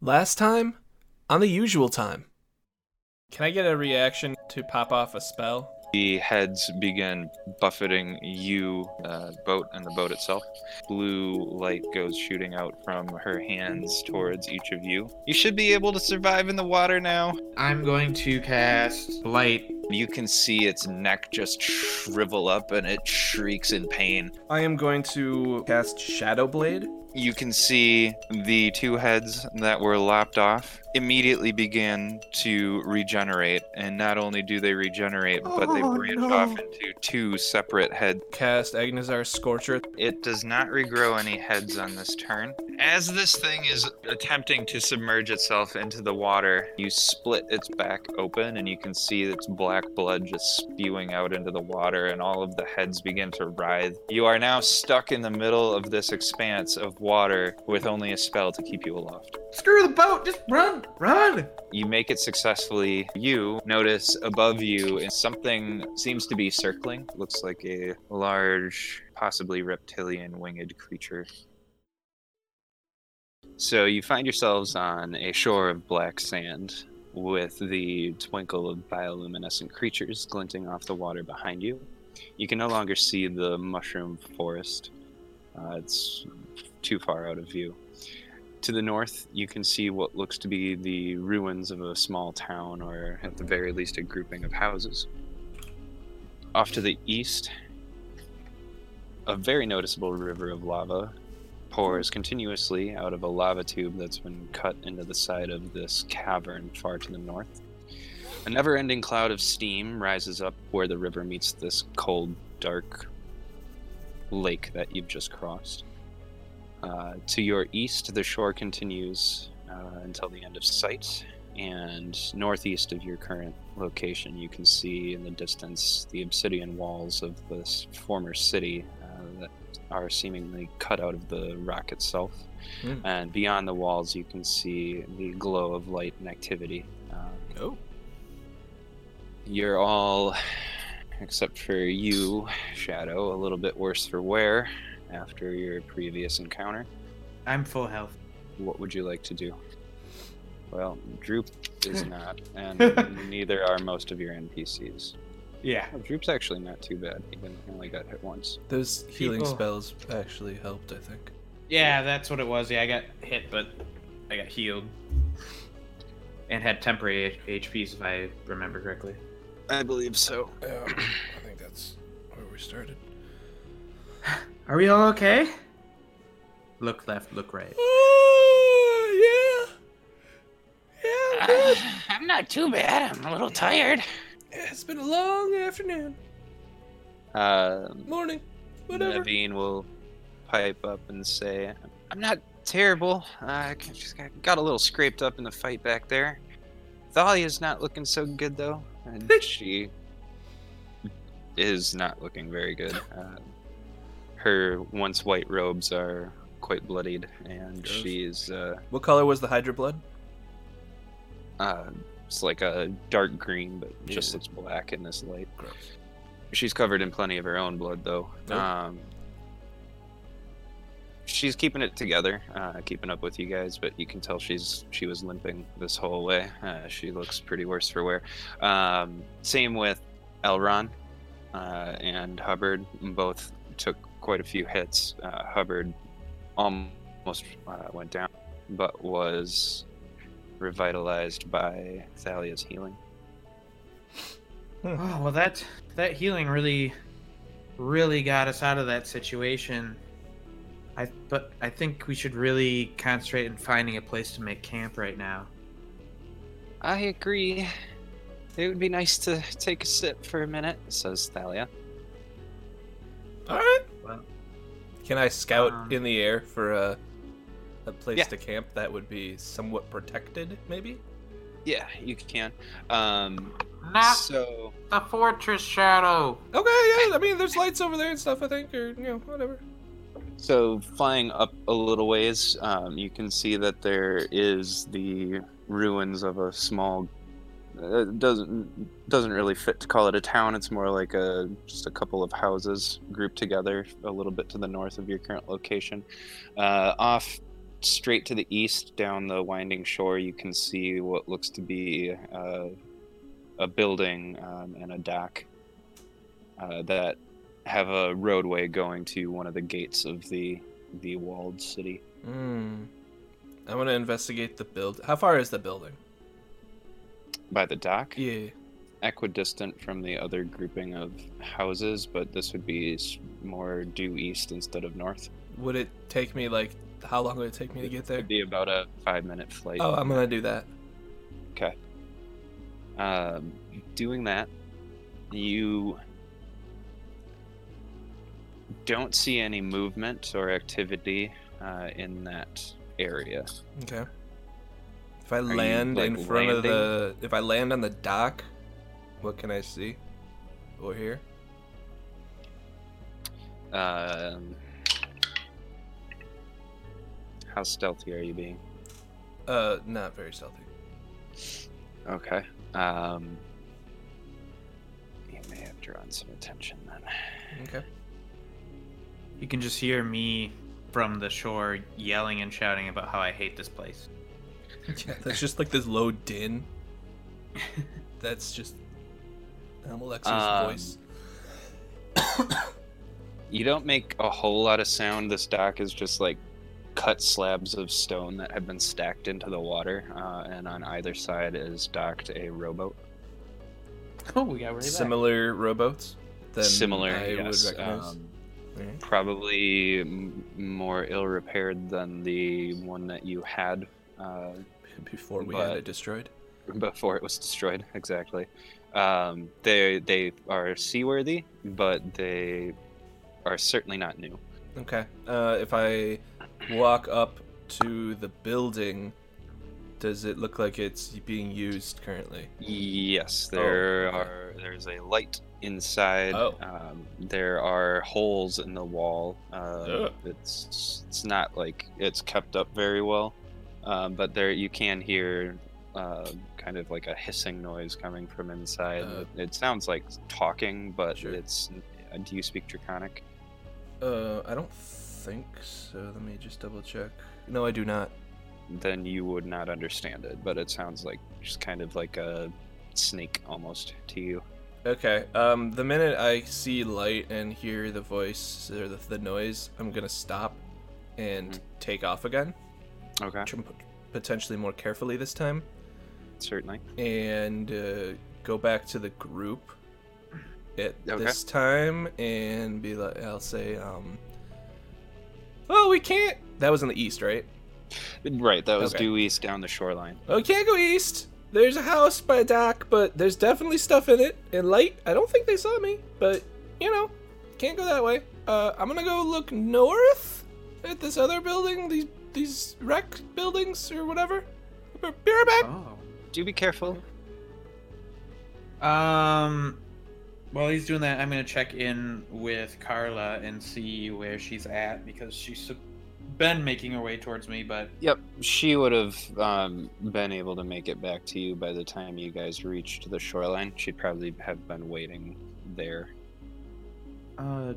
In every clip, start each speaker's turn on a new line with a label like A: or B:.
A: Last time, on the usual time.
B: Can I get a reaction to pop off a spell?
C: The heads begin buffeting you, uh, boat, and the boat itself. Blue light goes shooting out from her hands towards each of you. You should be able to survive in the water now.
D: I'm going to cast light.
C: You can see its neck just shrivel up and it shrieks in pain.
A: I am going to cast Shadow Blade.
C: You can see the two heads that were lopped off immediately begin to regenerate. And not only do they regenerate, but they branch off into two separate heads.
B: Cast Agnazar Scorcher.
C: It does not regrow any heads on this turn. As this thing is attempting to submerge itself into the water, you split its back open and you can see its black blood just spewing out into the water and all of the heads begin to writhe. You are now stuck in the middle of this expanse of water with only a spell to keep you aloft.
D: Screw the boat! Just run! Run!
C: You make it successfully. You notice above you is something seems to be circling. Looks like a large, possibly reptilian winged creature. So you find yourselves on a shore of black sand with the twinkle of bioluminescent creatures glinting off the water behind you. You can no longer see the mushroom forest, uh, it's too far out of view. To the north, you can see what looks to be the ruins of a small town, or at the very least, a grouping of houses. Off to the east, a very noticeable river of lava pours continuously out of a lava tube that's been cut into the side of this cavern far to the north. A never ending cloud of steam rises up where the river meets this cold, dark lake that you've just crossed. Uh, to your east, the shore continues uh, until the end of sight, and northeast of your current location, you can see in the distance the obsidian walls of this former city uh, that are seemingly cut out of the rock itself.
B: Hmm.
C: And beyond the walls, you can see the glow of light and activity. Uh,
B: Oh.
C: you're all, except for you, Shadow, a little bit worse for wear after your previous encounter.
D: I'm full health.
C: What would you like to do? Well, Droop is not, and neither are most of your NPCs.
D: Yeah.
C: Oh, Droop's actually not too bad, even he only got hit once.
A: Those healing
D: People.
A: spells actually helped, I think.
D: Yeah, that's what it was. Yeah, I got hit, but I got healed. And had temporary H- HPs, if I remember correctly.
C: I believe so.
A: Yeah, I think that's where we started.
D: Are we all okay? Look left, look right.
A: Ah, yeah.
B: Ah.
A: Yeah,
E: Uh, I'm not too bad. I'm a little tired.
A: It's been a long afternoon,
C: Um,
A: morning,
C: Naveen will pipe up and say, I'm not terrible. Uh, I c- just got, got a little scraped up in the fight back there. Thalia's not looking so good, though. And she is not looking very good. Uh, her once white robes are quite bloodied, and
A: Gross.
C: she's uh,
A: What color was the Hydra blood?
C: uh, it's like a dark green, but just
A: Yeah.
C: looks black in this light.
A: Gross.
C: She's covered in plenty of her own blood, though.
A: Oh.
C: Um, she's keeping it together, uh, keeping up with you guys, but you can tell she's she was limping this whole way. Uh, she looks pretty worse for wear. Um, same with Elron uh, and Hubbard. Both took quite a few hits. Uh, Hubbard almost uh, went down, but was revitalized by Thalia's healing.
D: Oh well, that that healing really, really got us out of that situation. I but I think we should really concentrate on finding a place to make camp right now.
C: I agree. It would be nice to take a sip for a minute, says Thalia.
A: All right.
D: Well-
A: Can I scout
D: Um,
A: in the air for a a place
C: Yeah.
A: to camp that would be somewhat protected, maybe?
C: Yeah, you can. Um,
D: Not
C: so
D: the fortress shadow.
A: Okay, yeah. I mean, there's lights over there and stuff. I think, or you know, whatever.
C: so flying up a little ways, um, you can see that there is the ruins of a small. uh, It doesn't doesn't really fit to call it a town. It's more like a just a couple of houses grouped together a little bit to the north of your current location. Uh, off straight to the east down the winding shore you can see what looks to be uh, a building um, and a dock uh, that have a roadway going to one of the gates of the the walled city
B: Hmm. I want to investigate the build. How far is the building?
C: by the dock
B: Yeah.
C: equidistant from the other grouping of houses but this would be s- more due east instead of north
B: Would it take me like how long would it take me to get there?
C: it'd be about a five minute flight
B: Oh, I'm gonna do that.
C: um, doing that, you don't see any movement or activity uh, in that area.
B: Okay. If I land
C: like,
B: in front of the, if I land on the dock, what can I see? Or hear?
C: Um, how stealthy are you being?
B: Uh, not very stealthy.
C: Okay. Um, you may have drawn some attention then.
B: Okay.
D: You can just hear me from the shore yelling and shouting about how I hate this place.
B: Yeah, that's just like this low din. That's just um, Alexa's
C: Um,
B: voice.
C: You don't make a whole lot of sound. This dock is just like cut slabs of stone that have been stacked into the water, uh, and on either side is docked a rowboat.
D: Oh, we got
B: Similar rowboats. Then
C: Similar,
B: I
C: yes,
B: would recognize.
C: um,
B: Alright.
C: probably m- more ill repaired than the one that you had uh,
B: Before we had
C: but-
B: it destroyed.
C: before it was destroyed. Exactly. Um, they they are seaworthy, but they are certainly not new.
B: Okay. Uh, if I walk up to the building, does it look like it's being used currently?
C: Yes,
B: Oh,
C: there
B: okay.
C: are. There's a light inside.
B: Oh.
C: Um, there are holes in the wall. Uh,
B: Ugh.
C: it's it's not like it's kept up very well, um, but there you can hear uh, kind of like a hissing noise coming from inside.
B: Uh.
C: it sounds like talking, but
B: Sure.
C: it's. uh, Do you speak Draconic?
B: Uh, I don't think so. Let me just double check. No, I do not.
C: Then you would not understand it. But it sounds like just kind of like a snake almost to you.
B: Okay. Um, the minute I see light and hear the voice or the, the noise, I'm gonna stop and
C: Mhm.
B: take off again,
C: Okay,
B: tr- potentially more carefully this time,
C: certainly.
B: and uh, go back to the group at
C: Okay.
B: this time and be like, I'll say, um, "Oh, we can't." That was in the east, right?
C: Right, that was
B: Okay.
C: due east down the shoreline.
B: Oh, we can't go east. There's a house by a dock, but there's definitely stuff in it. And light, I don't think they saw me, but you know, can't go that way. Uh, I'm gonna go look north at this other building, these these wreck buildings or whatever. Be be right back.
D: Oh.
C: Do be careful.
D: Um, while he's doing that, I'm gonna check in with Carla and see where she's at because she's been making her way towards me, but
C: Yep, she would have um, been able to make it back to you by the time you guys reached the shoreline. She'd probably have been waiting there.
D: uh,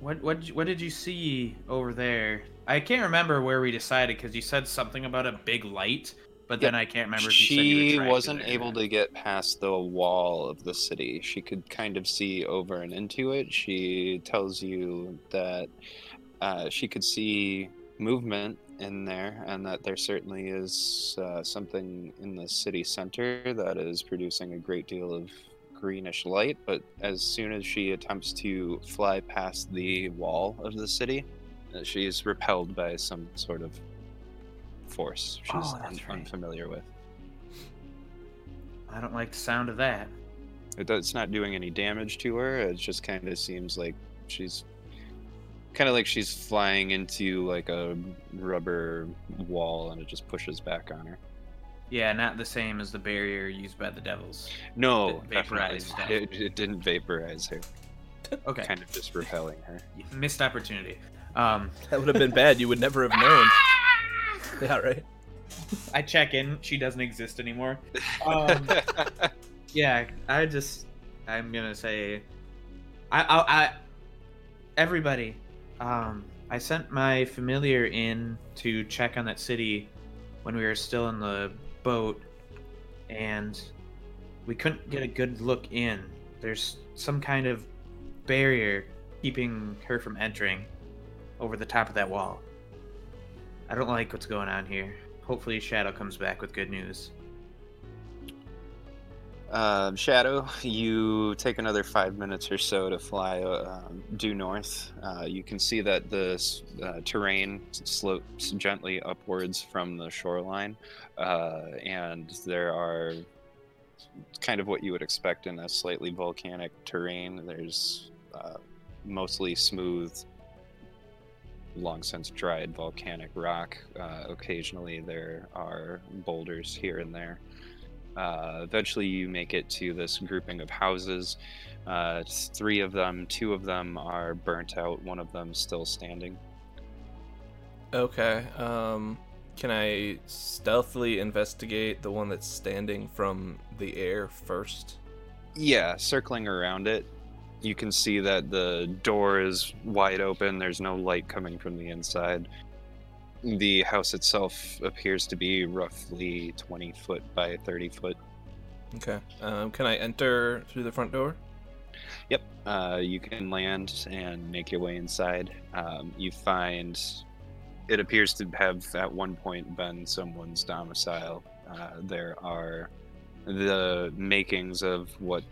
D: what what did you- what did you see over there? I can't remember where we decided because you said something about a big light, but then I can't remember. if you said you were
C: She
D: attracted
C: wasn't
D: or
C: able
D: not.
C: to get past the wall of the city. She could kind of see over and into it. She tells you that uh, she could see movement in there, and that there certainly is uh, something in the city center that is producing a great deal of greenish light. But as soon as she attempts to fly past the wall of the city, uh, she is repelled by some sort of force she's
D: Oh, that's
C: un-
D: right.
C: unfamiliar with.
D: I don't like the sound of that.
C: It, do- it's not doing any damage to her. It just kind of seems like she's kind of like she's flying into like a rubber wall and it just pushes back on her.
D: Yeah, not the same as the barrier used by the devils.
C: No,
D: It
C: definitely
D: vaporized
C: not.
D: her.
C: It, it didn't vaporize her.
D: Okay,
C: Kind of just repelling her.
D: missed opportunity. Um,
B: That would have been bad. You would never have known. Yeah, right.
D: I check in. She doesn't exist anymore. Um, yeah, I just, I'm gonna say, I, I, I everybody, um, I sent my familiar in to check on that city when we were still in the boat, and we couldn't get a good look in. There's some kind of barrier keeping her from entering over the top of that wall. I don't like what's going on here. Hopefully, Shadow comes back with good news.
C: Um, Shadow, you take another five minutes or so to fly uh, um, due north. Uh, you can see that the s- uh, terrain slopes gently upwards from the shoreline, uh, and there are kind of what you would expect in a slightly volcanic terrain. There's uh, mostly smooth, long since dried volcanic rock. Uh, occasionally, there are boulders here and there. Uh, eventually, you make it to this grouping of houses. Uh, it's three of them, two of them are burnt out, one of them still standing.
B: Okay. Um, can I stealthily investigate the one that's standing from the air first?
C: Yeah, circling around it, you can see that the door is wide open. There's no light coming from the inside. The house itself appears to be roughly 20 foot by 30 foot.
B: Okay. Um, can I enter through the front door?
C: Yep. Uh, you can land and make your way inside. Um, you find it appears to have at one point been someone's domicile. Uh, there are the makings of what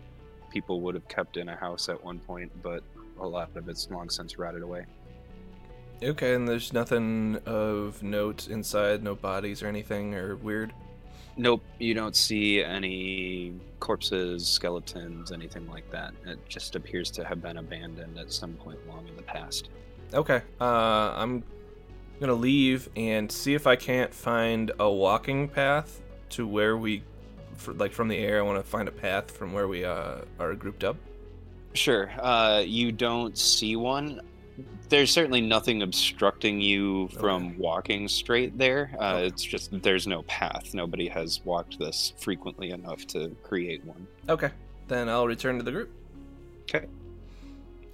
C: people would have kept in a house at one point, but a lot of it's long since rotted away.
B: Okay, and there's nothing of note inside, no bodies or anything or weird.
C: Nope, you don't see any corpses, skeletons, anything like that. It just appears to have been abandoned at some point long in the past.
B: Okay. Uh, I'm gonna leave and see if I can't find a walking path to where we, fr like from the air. I want to find a path from where we uh, are grouped up.
C: Sure. Uh, you don't see one. There's certainly nothing obstructing you from
B: Okay.
C: walking straight there. Uh,
B: Okay.
C: It's just there's no path. Nobody has walked this frequently enough to create one.
B: Okay. Then I'll return to the group.
C: 'Kay.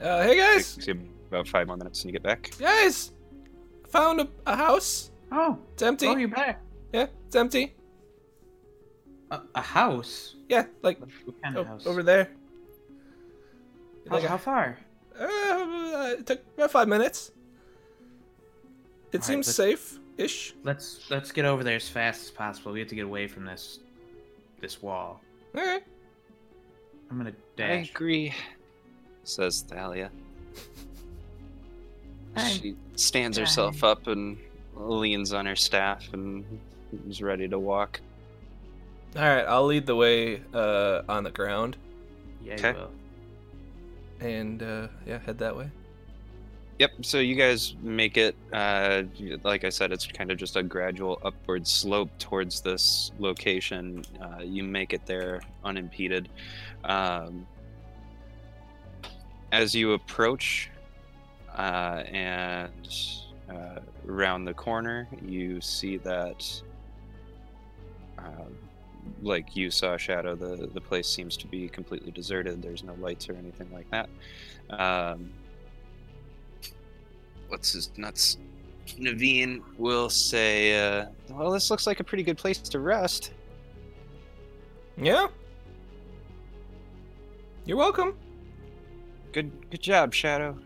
B: Uh, hey guys,
C: Takes you about five more minutes and you get back.
B: guys, found a, a house.
D: Oh,
B: It's empty.
D: oh, you're back.
B: yeah, it's empty.
D: A, a house.
B: Yeah, like
D: What kind
B: o-
D: of house?
B: Oh, over there.
D: how,
B: Like a-
D: how far?
B: Uh, it took about five minutes. It
D: Alright,
B: seems
D: let's-
B: safe ish.
D: Let's let's get over there as fast as possible. We have to get away from this this wall.
B: Okay.
D: I'm gonna
C: I
D: dash.
C: agree, says Thalia.
E: I'm
C: she stands herself up and leans on her staff and is ready to walk.
B: All right, I'll lead the way uh, on the ground
D: Yeah,
C: Okay.
D: you will.
B: and uh, yeah, head that way.
C: Yep. So you guys make it. Uh, y- like I said, it's kind of just a gradual upward slope towards this location. Uh, you make it there unimpeded. Um, as you approach uh, and uh, around the corner, you see that, um like you saw Shadow, the the place seems to be completely deserted. There's no lights or anything like that. Um, what's his nuts naveen will say uh, well this looks like a pretty good place to rest
B: Yeah. You're welcome.
C: good good job shadow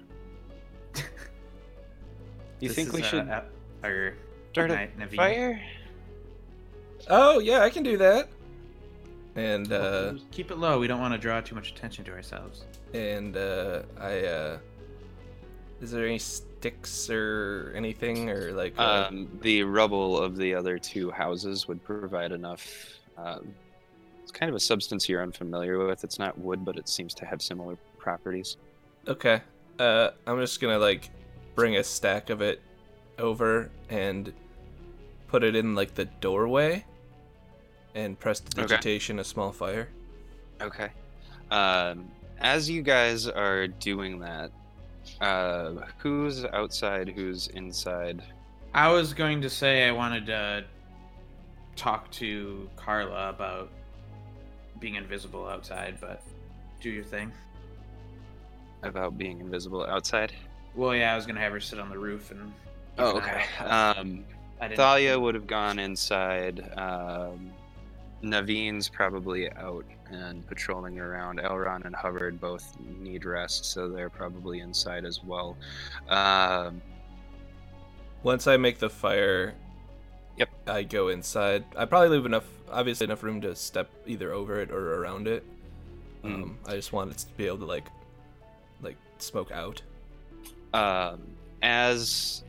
C: you
D: This
C: think
D: is,
C: we
D: uh,
C: should
D: uh, our
C: start a
D: night, Naveen.
C: fire
B: Oh yeah, I can do that. And uh,
D: Keep it low. We don't want to draw too much attention to ourselves.
B: and uh, I uh, is there any sticks or anything or like? uh,
C: um, the rubble of the other two houses would provide enough um, it's kind of a substance you're unfamiliar with it's not wood but it seems to have similar properties
B: Okay. Uh, I'm just gonna like bring a stack of it over and put it in like the doorway and press the
C: Okay.
B: digitation a small fire.
C: Okay. Um, as you guys are doing that, uh, who's outside? Who's inside?
D: I was going to say I wanted to talk to Carla about being invisible outside, but do your thing.
C: About being invisible outside.
D: Well, yeah, I was gonna have her sit on the roof and.
C: Oh,
D: keep an
C: okay.
D: eye out.
C: Um,
D: I didn't.
C: Thalia would have gone inside. Um, Naveen's probably out and patrolling around. Elron and Hubbard both need rest, so they're probably inside as well. Um,
B: Once I make the fire,
C: Yep.
B: I go inside. I probably leave enough, obviously enough room to step either over it or around it.
C: Mm.
B: Um, I just wanted to be able to like, like smoke out.
C: um, as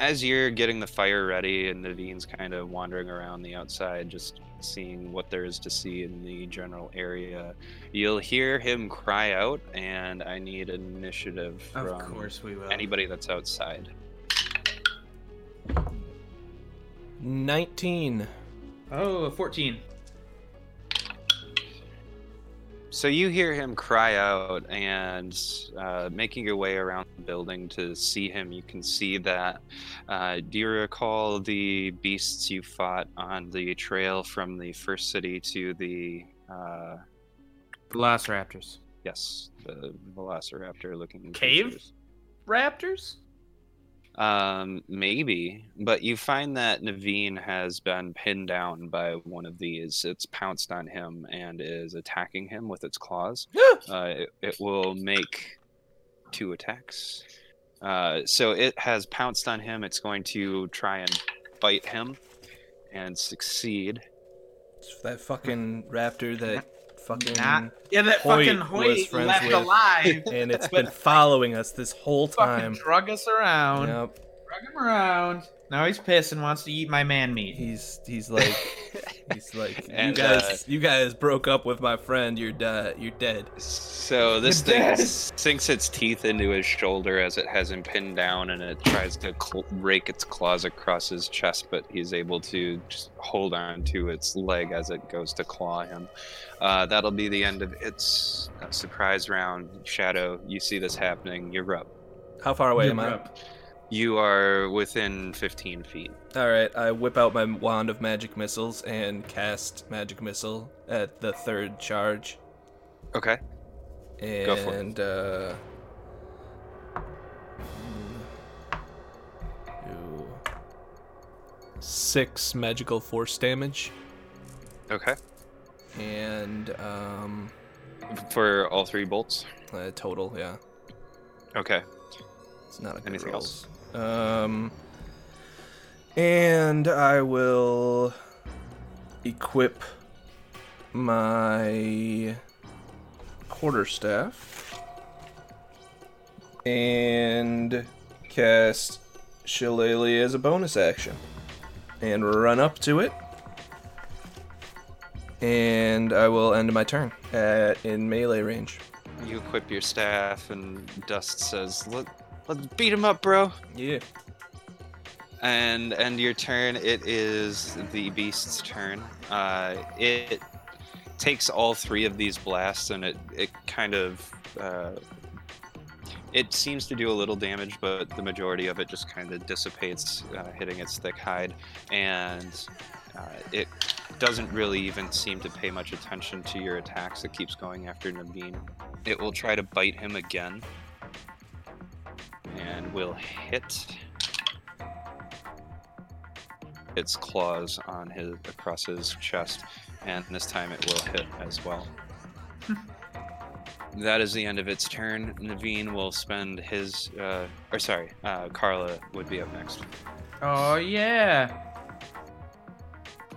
C: as you're getting the fire ready and Naveen's kind of wandering around the outside, just seeing what there is to see in the general area, you'll hear him cry out, and I need initiative from
D: Of course uh, we will.
C: anybody that's outside.
B: Nineteen.
D: Oh, 14.
C: So you hear him cry out, and uh, making your way around the building to see him, you can see that. Uh, do you recall the beasts you fought on the trail from the first city to the? Uh,
D: Velociraptors.
C: yes, the Velociraptor-looking
D: Cave?
C: creatures?
D: Raptors?
C: Um, maybe, but you find that Naveen has been pinned down by one of these. It's pounced on him and is attacking him with its claws. uh, it, it will make two attacks. Uh, so it has pounced on him. It's going to try and bite him and succeed.
B: It's that fucking raptor that fucking
D: Not- Yeah, that
B: Hoyt
D: fucking
B: was
D: Hoyt
B: friends
D: left
B: with-
D: alive.
B: and it's been following us this whole
D: fucking
B: time.
D: drug us around.
B: Yep.
D: Drug him around. Now he's pissed and wants to eat my man meat.
B: He's he's like he's like you
C: And,
B: guys
C: uh,
B: you guys broke up with my friend. You're dead. You're dead.
C: So this
D: You're
C: thing
D: dead.
C: sinks its teeth into his shoulder as it has him pinned down, and it tries to cl- rake its claws across his chest, but he's able to just hold on to its leg as it goes to claw him. Uh, that'll be the end of its uh, surprise round. Shadow, you see this happening. You're up.
B: How far away am I?
C: You are within 15 feet.
B: All right, I whip out my wand of magic missiles and cast magic missile at the third charge,
C: Okay.
B: and
C: for it.
B: uh, do six magical force damage,
C: Okay.
B: and um,
C: For all three bolts.
B: uh, total, yeah,
C: Okay.
B: it's not a good
C: Anything
B: rolls. Um, and I will equip my quarterstaff and cast Shillelagh as a bonus action and run up to it. And I will end my turn at, in melee range.
C: You equip your staff, and Dust says, "Let let's beat him up, bro."
B: Yeah.
C: And end your turn. It is the beast's turn. Uh, it takes all three of these blasts, and it it kind of. Uh, it seems to do a little damage, but the majority of it just kind of dissipates, uh, hitting its thick hide, and uh, it doesn't really even seem to pay much attention to your attacks. It keeps going after Naveen. It will try to bite him again, and will hit its claws on his across his chest, and this time it will hit as well. that is the end of its turn. Naveen will spend his, uh, or sorry, uh, Carla would be up next.
D: Oh, yeah.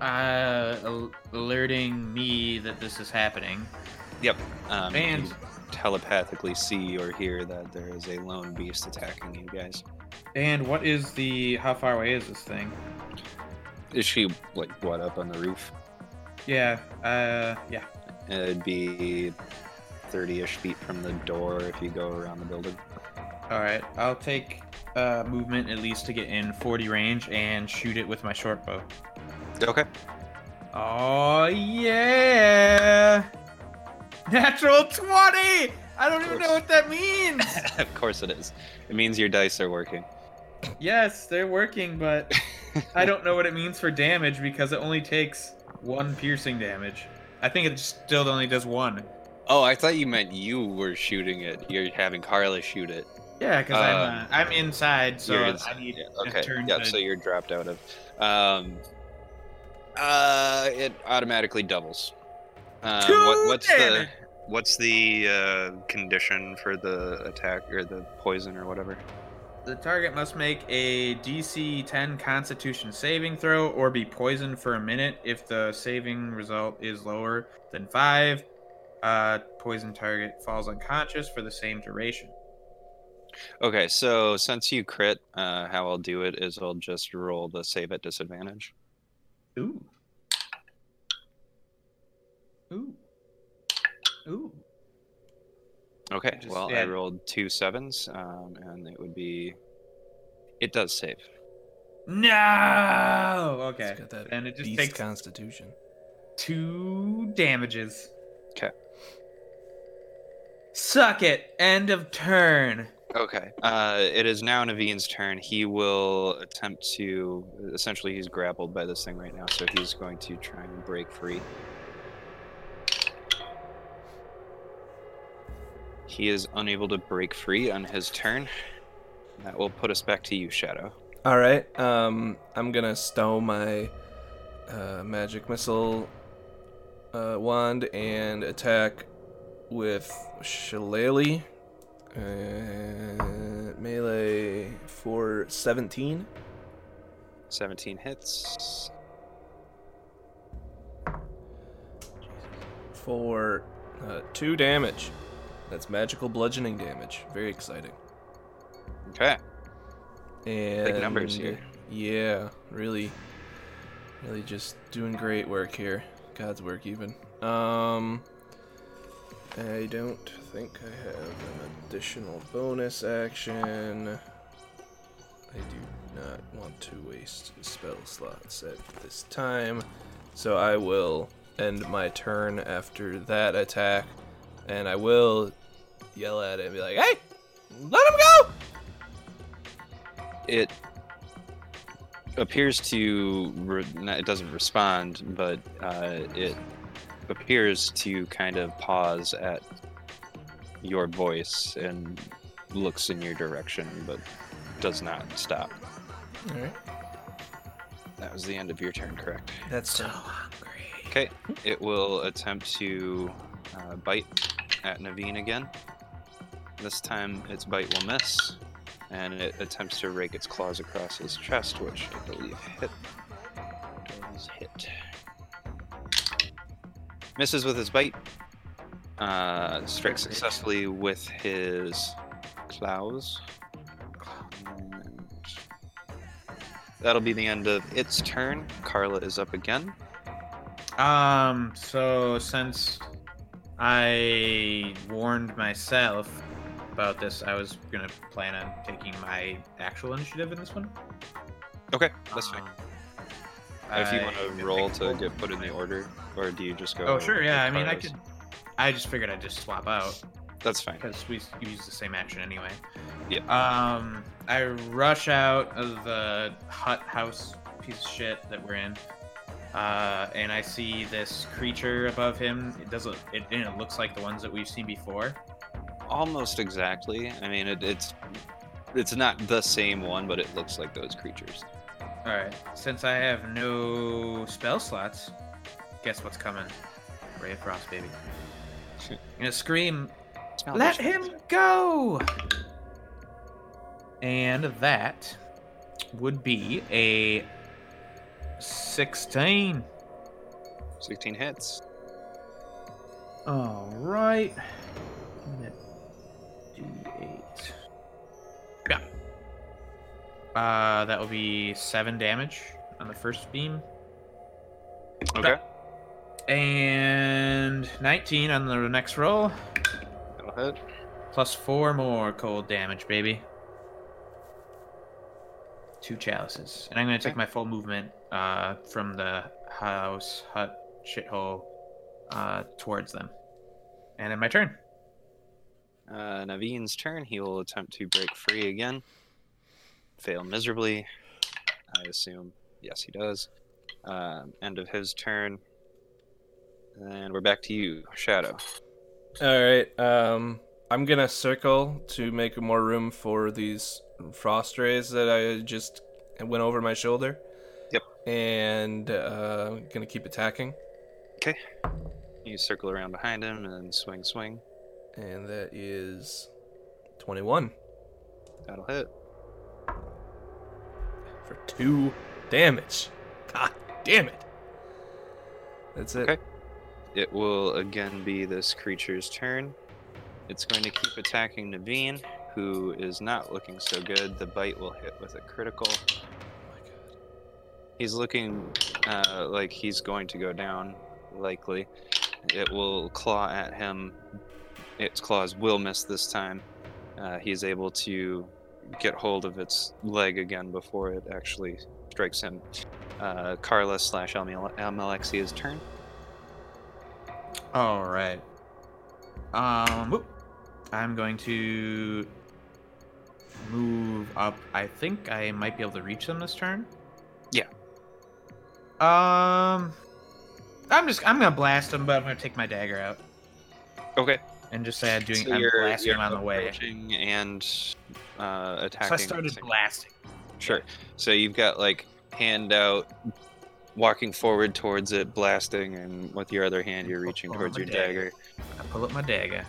D: Uh, al- alerting me that this is happening.
C: Um, you
D: And-
C: can telepathically see or hear that there is a lone beast attacking you guys.
D: And what is the. How far away is this thing?
C: Is she like what up on the roof?
D: Yeah, uh, yeah.
C: It'd be thirty-ish feet from the door if you go around the building.
D: All right, I'll take uh, movement at least to get in 40 range and shoot it with my short bow.
C: Okay.
D: Oh yeah! Natural 20! I don't even know what that means.
C: of course it is. It means your dice are working.
D: yes, they're working, but I don't know what it means for damage because it only takes one piercing damage. I think it still only does one.
C: Oh, I thought you meant you were shooting it. You're having Carla shoot it.
D: Yeah, because I'm uh,
C: Um,
D: I'm inside, so
C: You're ins-
D: I need
C: yeah,
D: to
C: okay.
D: turn
C: Yeah,
D: to-
C: so you're dropped out of. Um, uh, it automatically doubles. Uh, what,
D: God
C: what's
D: damn
C: the
D: it.
C: what's the uh, condition for the attack or the poison or whatever?
D: the target must make a DC 10 Constitution saving throw or be poisoned for a minute. If the saving result is lower than five, uh, poison target falls unconscious for the same duration.
C: Okay, so since you crit, uh, how I'll do it is I'll just roll the save at disadvantage.
D: Ooh. Ooh. Ooh.
C: Okay,
D: Just-
C: well
D: yeah.
C: I rolled two sevens, um, and it would be. It does save.
D: No. Okay.
B: It's got that
D: And it just
B: beast
D: takes
B: constitution.
D: two damages.
C: 'Kay.
D: Suck it. End of turn.
C: Okay. Uh, it is now Naveen's turn. He will attempt to. Essentially, he's grappled by this thing right now, so he's going to try and break free. He is unable to break free on his turn. That will put us back to you, Shadow.
B: All right. Um, I'm gonna stow my uh, magic missile uh, wand and attack with shillelagh. Uh, melee for 17.
C: 17 hits.
B: for uh, two damage. That's magical bludgeoning damage. Very exciting.
C: Okay.
B: And
C: numbers here.
B: Yeah, really, really just doing great work here. God's work even. Um, I don't think I have an additional bonus action. I do not want to waste spell slots at this time, so I will end my turn after that attack, and I will yell at it and be like, "Hey, let him go!"
C: It appears to. Re- not- it doesn't respond, but uh, it appears to kind of pause at your voice and looks in your direction, but does not stop.
B: All right,
C: That was the end of your turn, correct?
B: that's so
C: Okay. It will attempt to uh, bite at Naveen again. This time, its bite will miss, and it attempts to rake its claws across his chest, which I believe hit. Does hit. Misses with his bite. Uh, strikes successfully with his claws. And that'll be the end of its turn. Carla is up again.
D: Um, so since I warned myself about this, I was gonna plan on taking my actual initiative in this one.
C: Okay, that's fine.
D: Um,
C: if you
D: Uh, I
C: want
D: can
C: to roll
D: take-
C: to get put in the order, or do you just go?
D: Oh sure, yeah. I
C: with
D: mean, I
C: Carlos?
D: could. I just figured I'd just swap out
C: That's fine.
D: because we s- use the same action anyway.
C: Yeah.
D: Um, I rush out of the hut house piece of shit that we're in, uh, and I see this creature above him. It doesn't. It, and it looks like the ones that we've seen before.
C: Almost exactly. I mean, it, it's it's not the same one, but it looks like those creatures.
D: All right. Since I have no spell slots, guess what's coming? Ray of Frost, baby. I'm gonna scream.
C: Oh,
D: Let him go. And that would be a sixteen.
C: Sixteen hits.
D: All right. I'm gonna do eight. Yeah. Uh, that will be seven damage on the first beam.
C: Okay,
D: And 19 on the next roll.
C: that'll hit.
D: Plus four more cold damage, baby. Two chalices. And I'm going to take
C: Okay.
D: my full movement uh, from the house, hut, shithole uh, towards them. And in my turn.
C: Uh, Naveen's turn. He will attempt to break free again. Fail miserably. I assume. Yes, he does. Um, end of his turn. And we're back to you, Shadow.
B: All right. Um, I'm gonna circle to make more room for these frost rays that I just went over my shoulder.
C: Yep.
B: And uh, gonna keep attacking,
C: You circle around behind him and then swing, swing.
B: and that is 21
C: That'll hit.
B: for two damage. God damn it! That's it.
C: Okay. It will again be this creature's turn. It's going to keep attacking Naveen, who is not looking so good. The bite will hit with a critical. He's looking uh, like he's going to go down, likely. It will claw at him. Its claws will miss this time. Uh, he's able to get hold of its leg again before it actually strikes him. Uh, Carla slash Almel- Almelexia's turn.
D: All right. Um, whoop. I'm going to move up. I think I might be able to reach them this turn.
C: Yeah.
D: Um, I'm just I'm gonna blast them, but I'm gonna take my dagger out
C: Okay.
D: and just say I'm doing
C: So
D: I'm
C: you're-
D: blasting
C: you're
D: them on the way.
C: approaching and uh, attacking.
D: So I
C: at the
D: started
C: same-
D: blasting.
C: Sure. So you've got like hand out, walking forward towards it, blasting, and with your other hand you're reaching
D: Oh,
C: towards
D: my
C: your dagger.
D: I pull up my dagger.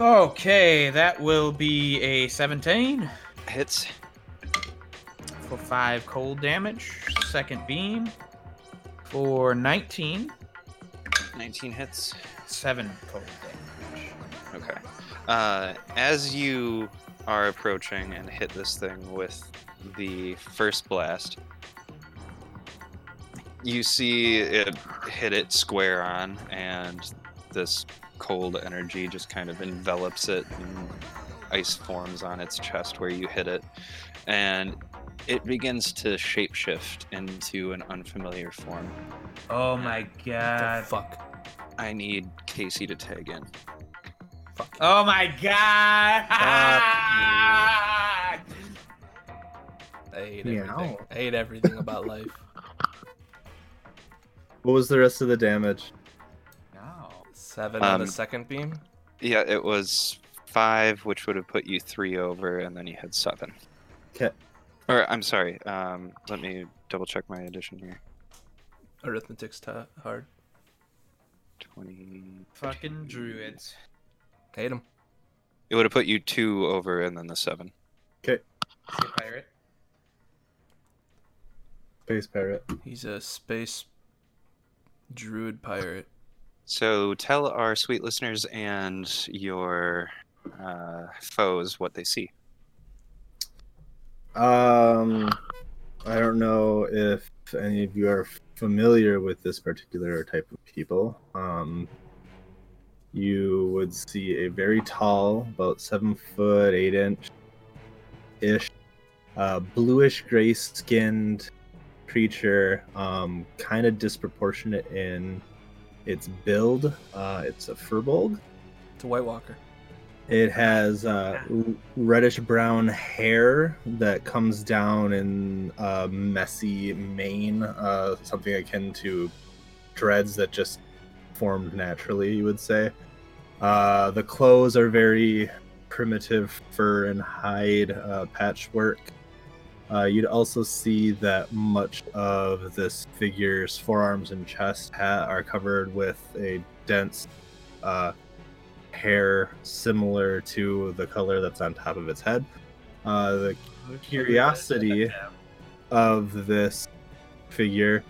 D: Okay, that will be a 17
C: Hits.
D: for five cold damage. Second beam for 19.
C: 19 hits.
D: Seven cold damage.
C: Okay. Uh, as you are approaching and hit this thing with the first blast, you see it hit it square on, and this cold energy just kind of envelops it, and ice forms on its chest where you hit it, and it begins to shapeshift into an unfamiliar form.
D: Oh my
B: The
D: god.
B: fuck.
C: I need Casey to tag in.
B: Fuck.
D: Oh my god.
B: I hate
F: Meow.
B: everything. I hate everything about life.
F: What was the rest of the damage?
D: No.
B: Seven on the
C: Um,
B: second beam.
C: Yeah, it was five, which would have put you three over, and then you had seven.
F: 'Kay.
C: Or I'm sorry. Um, let me double check my addition here.
B: Arithmetic's t- hard.
C: Twenty.
D: Fucking druids.
B: Hate him.
C: It would have put you two over, and then the seven.
D: Sea pirate.
F: Space pirate.
B: He's a space druid pirate.
C: So tell our sweet listeners and your uh, foes what they see.
F: Um, I don't know if any of you are familiar with this particular type of people. Um, you would see a very tall, about seven foot eight inch ish, uh, bluish gray skinned creature, um, kind of disproportionate in its build. Uh, it's a furbolg.
B: It's a White Walker.
F: It has uh, reddish brown hair that comes down in a messy mane, uh, something akin to dreads that just formed naturally, you would say. Uh, the clothes are very primitive fur and hide uh, patchwork. Uh, you'd also see that much of this figure's forearms and chest ha- are covered with a dense uh, hair similar to the color that's on top of its head. Uh, the Curiosity. of this figure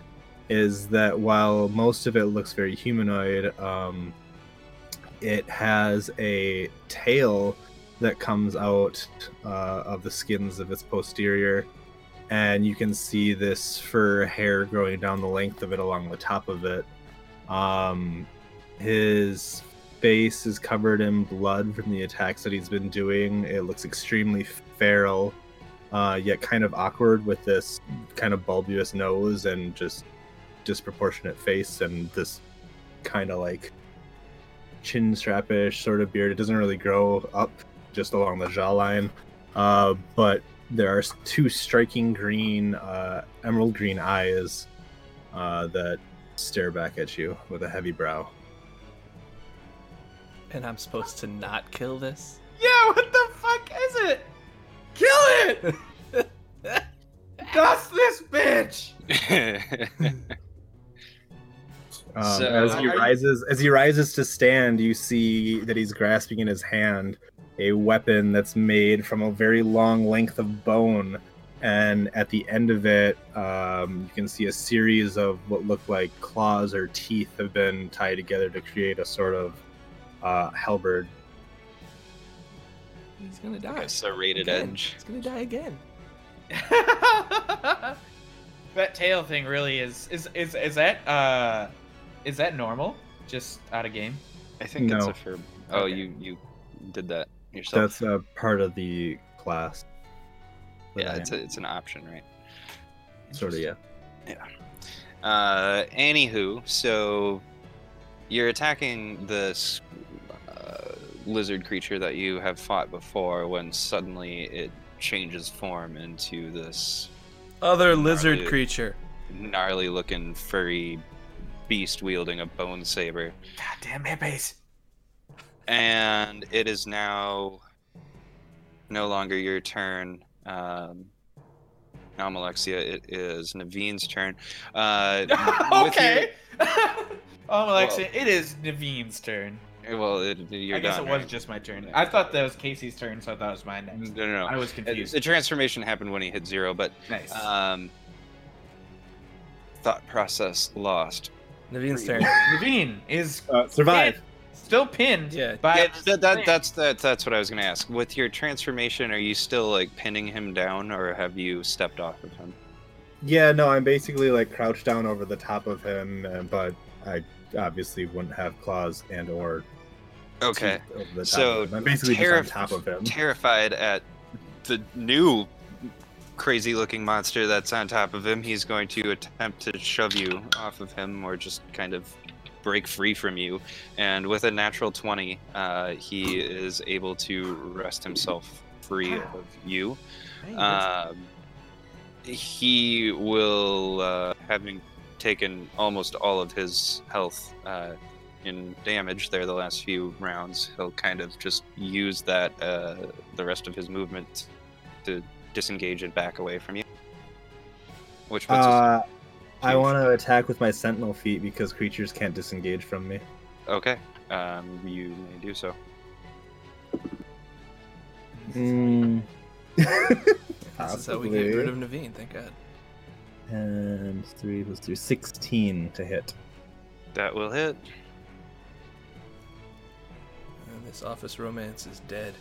F: is that while most of it looks very humanoid, um, it has a tail that comes out uh, of the skins of its posterior, and you can see this fur hair growing down the length of it along the top of it. Um, his face is covered in blood from the attacks that he's been doing. It looks extremely feral, uh, yet kind of awkward with this kind of bulbous nose and just disproportionate face and this kind of like chin strapish sort of beard. It doesn't really grow up just along the jawline, uh, but there are s- two striking green, uh, emerald green eyes uh, that stare back at you with a heavy brow.
B: and I'm supposed to not kill this?
G: Yeah, what the fuck is it? Kill it! Dust this bitch!
F: Um,
C: So-
F: as he
G: I- I-
F: rises, as he rises to stand, you see that he's grasping in his hand a weapon that's made from a very long length of bone, and at the end of it, um, you can see a series of what look like claws or teeth have been tied together to create a sort of uh, halberd.
B: He's gonna die.
C: A serrated
B: Again.
C: edge.
B: He's gonna die again.
G: that tail thing really is is is is that uh is that normal? Just out of game?
C: I think it's
F: No.
C: a for. Oh,
G: Okay.
C: you you did that yourself.
F: That's a part of the class.
C: yeah, it's, a, it's an option, right?
F: sort of yeah.
C: Uh, anywho, so you're attacking this uh, lizard creature that you have fought before when suddenly it changes form into this
B: Other
C: lizard
B: lizard
C: Gnarly.
B: creature.
C: gnarly looking furry beast wielding a bone saber.
G: Goddamn hippies.
C: And it is now no longer your turn. Um, now, Alexia, it is Naveen's turn. Uh, with your-
G: okay. oh, Alexia, it is Naveen's turn.
C: Well, it, you're
G: I guess
C: done,
G: it was
C: right?
G: just my turn. I thought that was Casey's turn, so I thought it was mine next.
C: No, no, no.
G: I was
C: Uh,
G: confused.
C: The transformation happened when he hit zero, but
G: nice.
C: um, thought process lost.
B: Naveen's turn.
G: Naveen is
F: Uh, survive.
G: pinned- still pinned
B: Yeah.
G: by
C: Yeah,
G: this
C: that, that,
G: thing.
C: that's that, that's what I was gonna ask. With your transformation, are you still like pinning him down, or have you stepped off of him?
F: Yeah, no, I'm basically like crouched down over the top of him, uh, but I obviously wouldn't have claws and or
C: Okay,
F: teeth over the top
C: So,
F: of him. I'm basically
C: terrif-
F: just on top of him.
C: terrified at the new crazy-looking monster that's on top of him, he's going to attempt to shove you off of him, or just kind of break free from you. And with a natural twenty, uh, he is able to wrest himself free of you.
D: Hey, that's-
C: Um, he will, uh, having taken almost all of his health uh, in damage there the last few rounds, he'll kind of just use that uh, the rest of his movement to disengage and back away from you. Which puts us-
F: Uh, I want to attack with my sentinel feet because creatures can't disengage from me.
C: okay. Um, you may do so.
B: Hmm. This is how we get rid of Naveen. Thank God.
F: And three plus two, 16 to hit.
C: That will hit.
B: And this office romance is dead.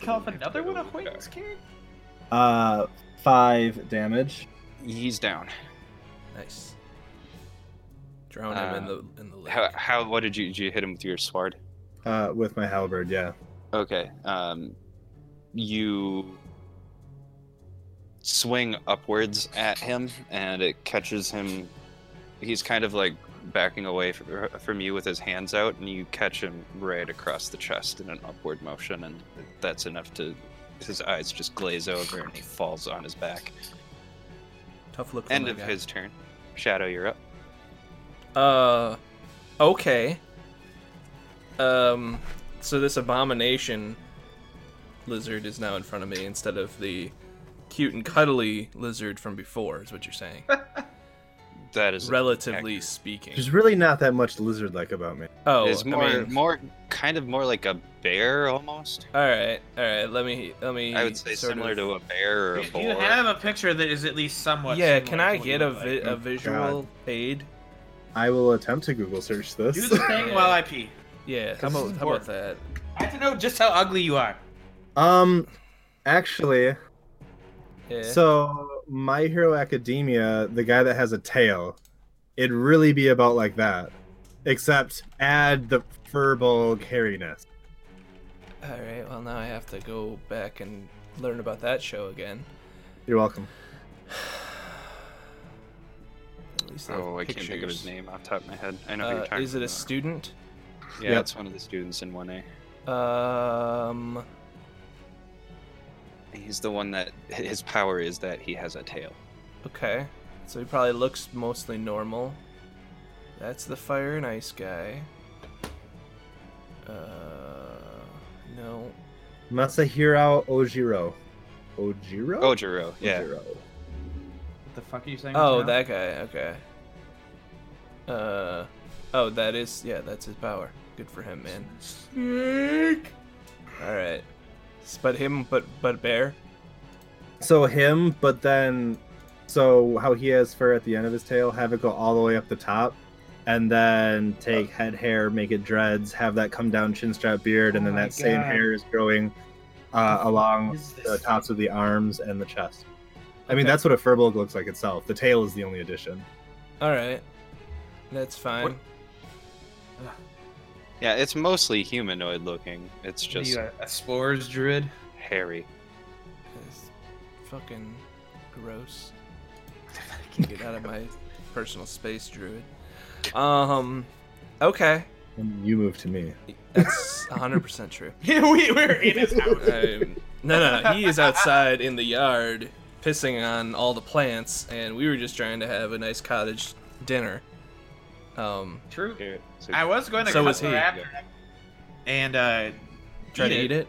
G: Kill off another one of Hoyt's characters.
F: Uh, five damage.
C: He's down.
B: Nice. Drown him in
C: Uh,
B: the in the lake.
C: How, how? What did you? Did you hit him with your sword?
F: Uh, with my halberd, yeah.
C: Okay. Um, you swing upwards at him, and it catches him. He's kind of like backing away fr- from you with his hands out, and you catch him right across the chest in an upward motion, and that's enough to. His eyes just glaze over, and he falls on his back.
B: Tough look. For
C: End
B: Oh my
C: of
B: guy.
C: his turn. Shadow, you're up.
B: Uh, okay. Um, so this abomination lizard is now in front of me instead of the cute and cuddly lizard from before, is what you're saying.
C: That is
B: Relatively speaking.
F: There's really not that much lizard like about me.
B: Oh,
C: is more,
B: I mean,
C: more kind of more like a bear almost.
B: all right, all right. Let me, let me.
C: I would say
B: sort
C: similar
B: of-
C: to a bear or a
D: Do
C: boar.
D: you have a picture that is at least somewhat?
B: Yeah,
D: similar
B: can
D: to
B: I
D: what you
B: get a,
D: look
B: vi-
D: like?
F: Oh,
B: a visual aid?
F: I will attempt to Google search this.
D: Do the thing while I pee.
B: Yeah, how
F: This
B: about,
F: is
B: how about that?
G: I have to know just how ugly you are.
F: um, actually,
B: Yeah.
F: so My Hero Academia, the guy that has a tail, it'd really be about like that, except add the furball hairiness.
B: all right. Well, now I have to go back and learn about that show again.
F: You're welcome.
B: At least they have
C: Oh, I can't think of his
B: pictures.
C: name off the top of my head. I know who you're
B: Uh,
C: talking
B: is it a
C: about.
B: student?
C: Yeah,
F: Yep.
C: it's one of the students in 1A.
B: Um,
C: He's the one that his power is that he has a tail.
B: okay. So he probably looks mostly normal. That's the fire and ice guy. Uh, no.
F: Masahiro Ojiro.
B: Oh.
F: Ojiro?
C: Ojiro, Oh, yeah.
F: Ojiro.
D: What the fuck are you saying?
B: Oh,
D: just now?
B: that guy. Okay. Uh, oh, that is yeah. That's his power. Good for him, man. All right. But him, but but bear.
F: So him, but then so how he has fur at the end of his tail, have it go all the way up the top, and then take head hair, make it dreads, have that come down chin strap beard, and
D: Oh
F: then
D: my
F: that same
D: God.
F: hair is growing uh, along
D: Is
F: the
D: this-
F: tops of the arms and the chest. I mean,
B: Okay.
F: that's what a furball looks like itself. The tail is the only addition.
B: All right. That's fine.
D: What-
C: Yeah, it's mostly humanoid looking. It's
D: What are
C: just
D: you, a, a spores druid.
C: hairy.
B: It's fucking gross. Get out of my personal space, druid. Um, okay.
F: And you move to me.
B: That's 100% true.
G: we, we're in his house.
B: Um, no, no, he is outside in the yard pissing on all the plants, and we were just trying to have a nice cottage dinner. Um,
G: True.
C: Here, so-
G: I was going to
B: So
G: come
B: was he.
G: after him and uh,
B: try to eat it.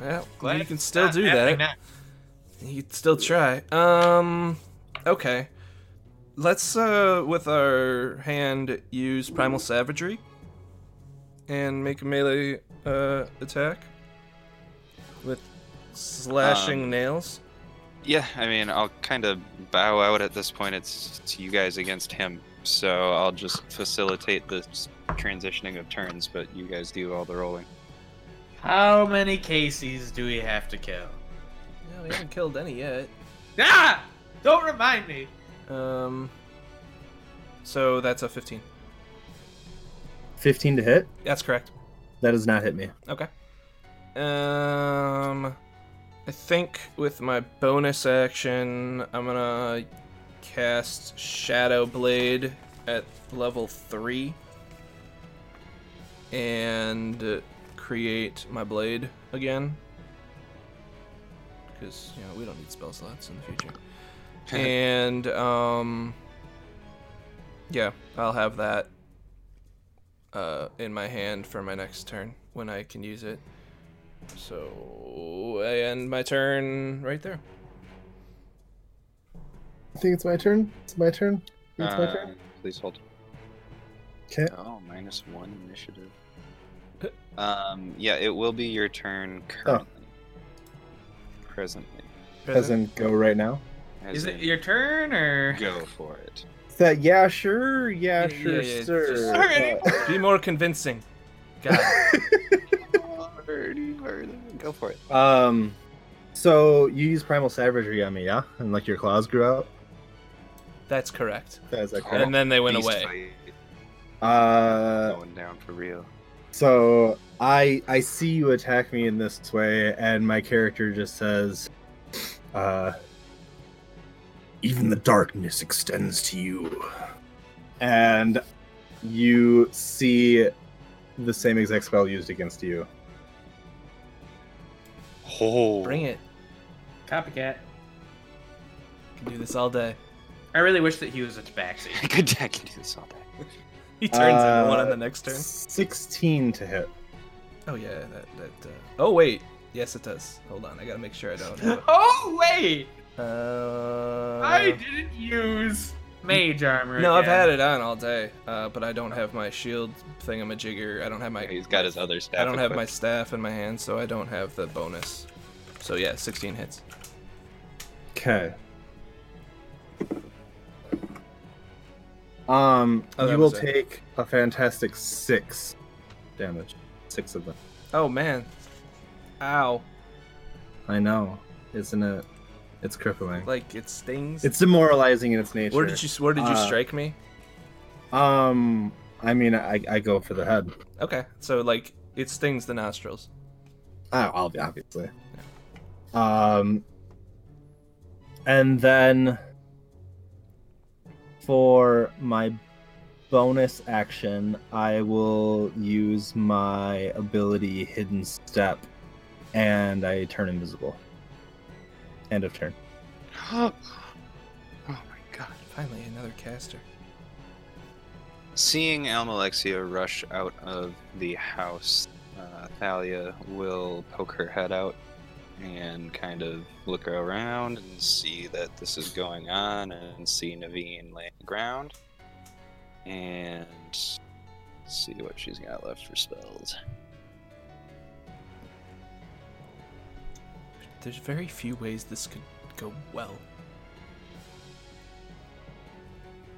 B: Yeah,
G: Glad
B: you can
G: it's
B: still
G: not
B: do
G: happening
B: that.
G: now.
B: You could still try. Um, okay. Let's, uh, with our hand, use Primal Savagery and make a melee uh, attack with slashing
C: Um,
B: nails.
C: Yeah, I mean, I'll kind of bow out at this point. It's, it's you guys against him, so I'll just facilitate this transitioning of turns, but you guys do all the rolling.
D: How many Casey's do we have to kill?
B: Yeah, we haven't killed any yet.
G: Ah! Don't remind me.
B: Um, so that's a 15.
F: 15 to hit?
B: That's correct.
F: That does not hit me.
B: Okay. Um, I think with my bonus action, I'm gonna cast Shadow Blade at level three and create my blade again. Because you know we don't need spell slots in the future. and um, yeah, I'll have that uh, in my hand for my next turn when I can use it. So I end my turn right there.
F: I think it's my turn. It's my turn.
D: Uh,
C: Um, please hold.
F: 'Kay.
C: Oh, minus one initiative. Um, yeah, it will be your turn currently. Presently.
F: Doesn't go right now.
C: as
D: Is it
C: in,
D: your turn or?
C: Go for it.
F: It's that, yeah, sure. Yeah,
B: Yeah,
F: sure,
B: yeah, yeah,
F: sir.
B: just-
F: Uh,
B: Be more convincing. God.
C: Go for it.
F: Um, so you use primal savagery on me, yeah? And like your claws grew out.
B: That's correct.
F: Is that correct?
B: And then they went
C: Beast
B: away.
C: fight,
F: Uh,
C: Going down for real.
F: so I I see you attack me in this way, and my character just says, uh, even the darkness extends to you, and you see the same exact spell used against you.
C: Oh.
B: Bring it.
D: Copycat.
B: Can do this all day.
D: I really wish that he was a tabaxi.
C: Good day, I can do this all day.
B: He turns
F: Uh,
B: into one on the next turn.
F: Sixteen to hit.
B: Oh yeah, that that. Uh... Oh wait, yes it does. Hold on, I gotta make sure I don't. Have
G: Oh wait,
B: it. Uh,
G: I didn't use.
D: Mage armor.
B: no, I've
D: again.
B: had it on all day, uh, but I don't have my shield thingamajigger. I don't have my.
C: He's got his other staff.
B: I don't have my
C: equipped.
B: staff in my hand, so I don't have the bonus. So yeah, 16 hits.
F: Okay. Um,
B: Oh, that
F: you will
B: was it.
F: take a fantastic six damage. Six of them.
B: Oh man. Ow.
F: I know, isn't it? It's crippling.
B: Like it stings.
F: It's demoralizing in its nature.
B: where did you where did you
F: Uh,
B: strike me?
F: Um, I mean, I, I go for the head.
B: Okay. So like it stings the nostrils.
F: Oh, I'll be obviously. Um, and then for my bonus action, I will use my ability Hidden Step, and I turn invisible. End of turn.
C: oh my god.
B: Finally another caster.
C: Seeing Almalexia rush out of the house, uh, Thalia will poke her head out and kind of look around and see that this is going on and see Naveen laying on the ground. And see what she's got left for spells.
B: There's very few ways this could go well.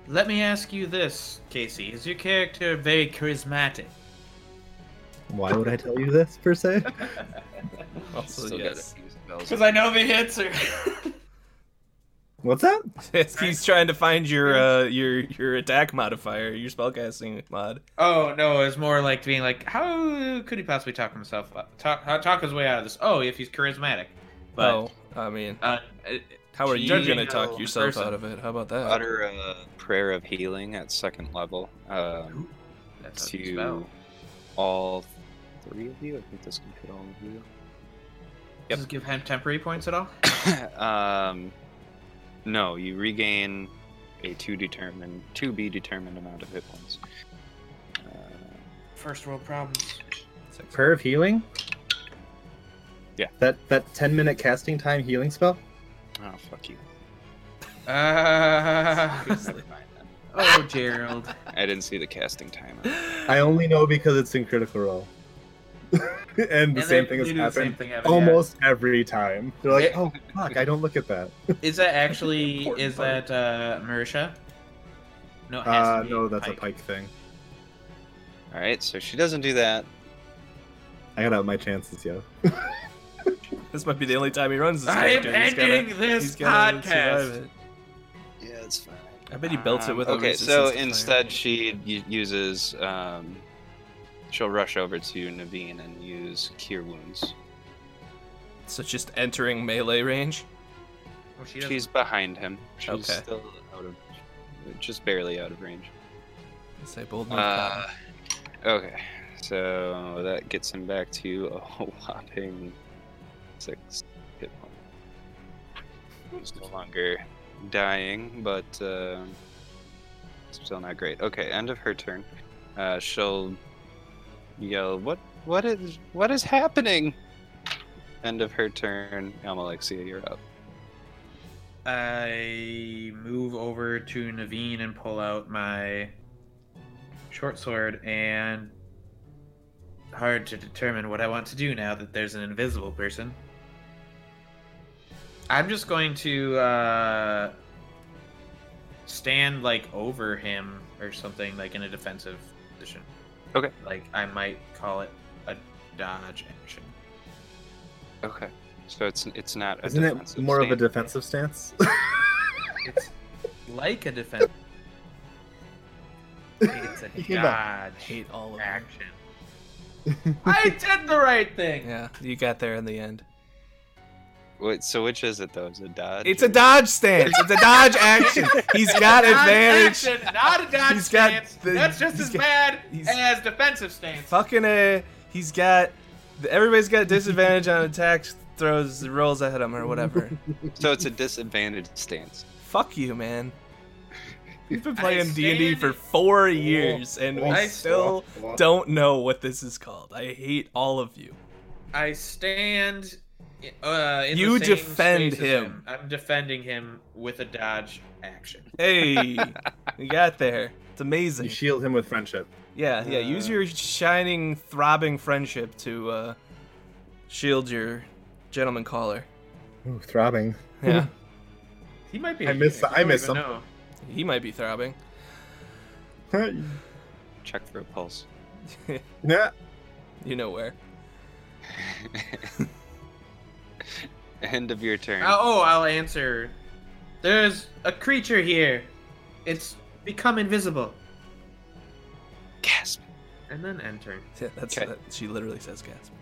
D: Let me ask you this, Casey. Is your character very charismatic?
F: Why would I tell you this per se?
B: Also,
C: Still gotta
B: yes.
C: use spells.
G: Because I know the answer.
F: What's that?
B: He's trying to find your uh your your attack modifier, your spellcasting mod.
D: Oh no, it's more like being like, how could he possibly talk himself up, talk how- talk his way out of this? Oh, if he's charismatic, but
B: oh, I mean,
D: uh, it-
B: how are you
D: judging
B: gonna talk
D: how
B: yourself
D: person-
B: out of it? How about that?
C: Utter a prayer of healing at second level. Um,
D: that's a
C: to
D: spell.
C: all three of you. I think this can fit all of you. Yep.
D: Does this give him temporary points at all?
C: um, no, you regain a to determined, to be determined amount of hit points. Uh,
D: First world problems.
F: Prayer of healing.
C: Yeah.
F: That that ten minute casting time healing spell.
C: oh fuck you!
D: Uh,
C: Never mind then.
D: oh, Gerald.
C: I didn't see the casting time.
F: I only know because it's in critical role. and the
D: And
F: same
D: they-
F: thing
D: they
F: has
D: do the same
F: happened Oh,
D: thing happened, yeah.
F: almost every time. They're like,
D: Yeah.
F: oh fuck, I don't look at that.
D: Is that actually
B: Important
D: is that uh Marisha? No, it has to
F: Uh,
D: be
F: no, that's a pike thing.
C: All right, so she doesn't do that.
F: I got out my chances, yo.
B: This might be the only time he runs this
D: I am
B: character. He's gotta-
D: ending
B: he's
D: this
B: gotta
D: podcast.
B: survive it.
C: Yeah, it's fine.
B: I bet he belts it
D: Um,
B: with a
C: Okay,
B: resistance
C: so
B: to fire.
C: instead she u- uses. Um, she'll rush over to Naveen and use Cure Wounds.
B: So just entering melee range?
D: Well, Oh, she doesn't-
C: She's behind him. She's
B: Okay.
C: still out of, just barely out of range.
B: Let's say bold move.
C: Uh, okay, so that gets him back to a whopping six hit points. He's no longer dying, but um still not great. Okay, end of her turn. Uh, she'll yell, "What? What is? What is happening?" End of her turn. Almalexia, you're up.
D: I move over to Naveen and pull out my short sword and hard to determine what I want to do now that there's an invisible person. I'm just going to uh, stand like over him or something like in a defensive position.
C: Okay.
D: Like I might call it a dodge action.
C: Okay, so it's it's not. A
F: Isn't it
C: defensive
F: more of a
C: stand.
F: defensive stance?
D: It's like a defense. It's a
F: He came
D: dodge
B: hate all of them.
D: action.
G: I did the right thing.
B: Yeah, you got there in the end.
C: Wait, so which is it though? Is it dodge?
B: It's a
C: or-
B: dodge stance. It's a dodge action. He's got
G: Dodge
B: advantage.
G: action, not a dodge
B: He's got
G: stance.
B: the-
G: That's just
B: he's
G: as
B: got-
G: bad
B: he's-
G: as defensive stance.
B: Fucking a. He's got. Everybody's got disadvantage on attacks, throws, rolls ahead of him, or whatever.
C: So it's a disadvantaged stance.
B: Fuck you, man. We've been
G: I
B: playing D and D
G: stand-
B: for four years, and we
G: I-
B: still don't know what this is called. I hate all of you.
D: I stand. Uh, in
B: You
D: the same
B: defend
D: space as
B: him.
D: I'm defending him with a dodge action.
B: Hey, we got there. It's
F: you
B: amazing.
F: shield him with friendship.
B: Yeah, yeah. Use your shining, throbbing friendship to uh, shield your gentleman caller.
F: Ooh, throbbing.
B: Yeah,
D: He might be.
F: I miss-
D: a-
F: I miss
D: don't
F: him.
D: even know.
B: he might be throbbing.
F: yeah.
C: Check for a pulse.
B: You know where?
C: End of your turn.
D: Uh, oh, I'll answer. There's a creature here. It's become invisible.
C: Gasp.
D: And then enter.
B: Yeah, that's
C: Okay.
B: that, she literally says gasp.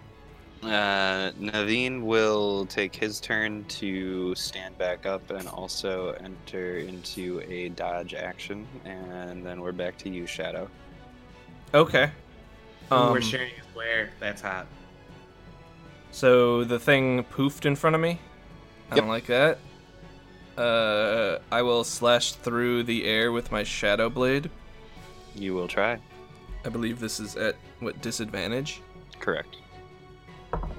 C: Uh, Naveen will take his turn to stand back up and also enter into a dodge action, and then we're back to you, Shadow.
B: Okay.
D: Ooh,
B: Um,
D: we're sharing his wear. That's hot.
B: So the thing poofed in front of me. I don't like that. Uh, I will slash through the air with my shadow blade,
C: You will try.
B: I believe this is at what disadvantage?
C: Correct.
B: That one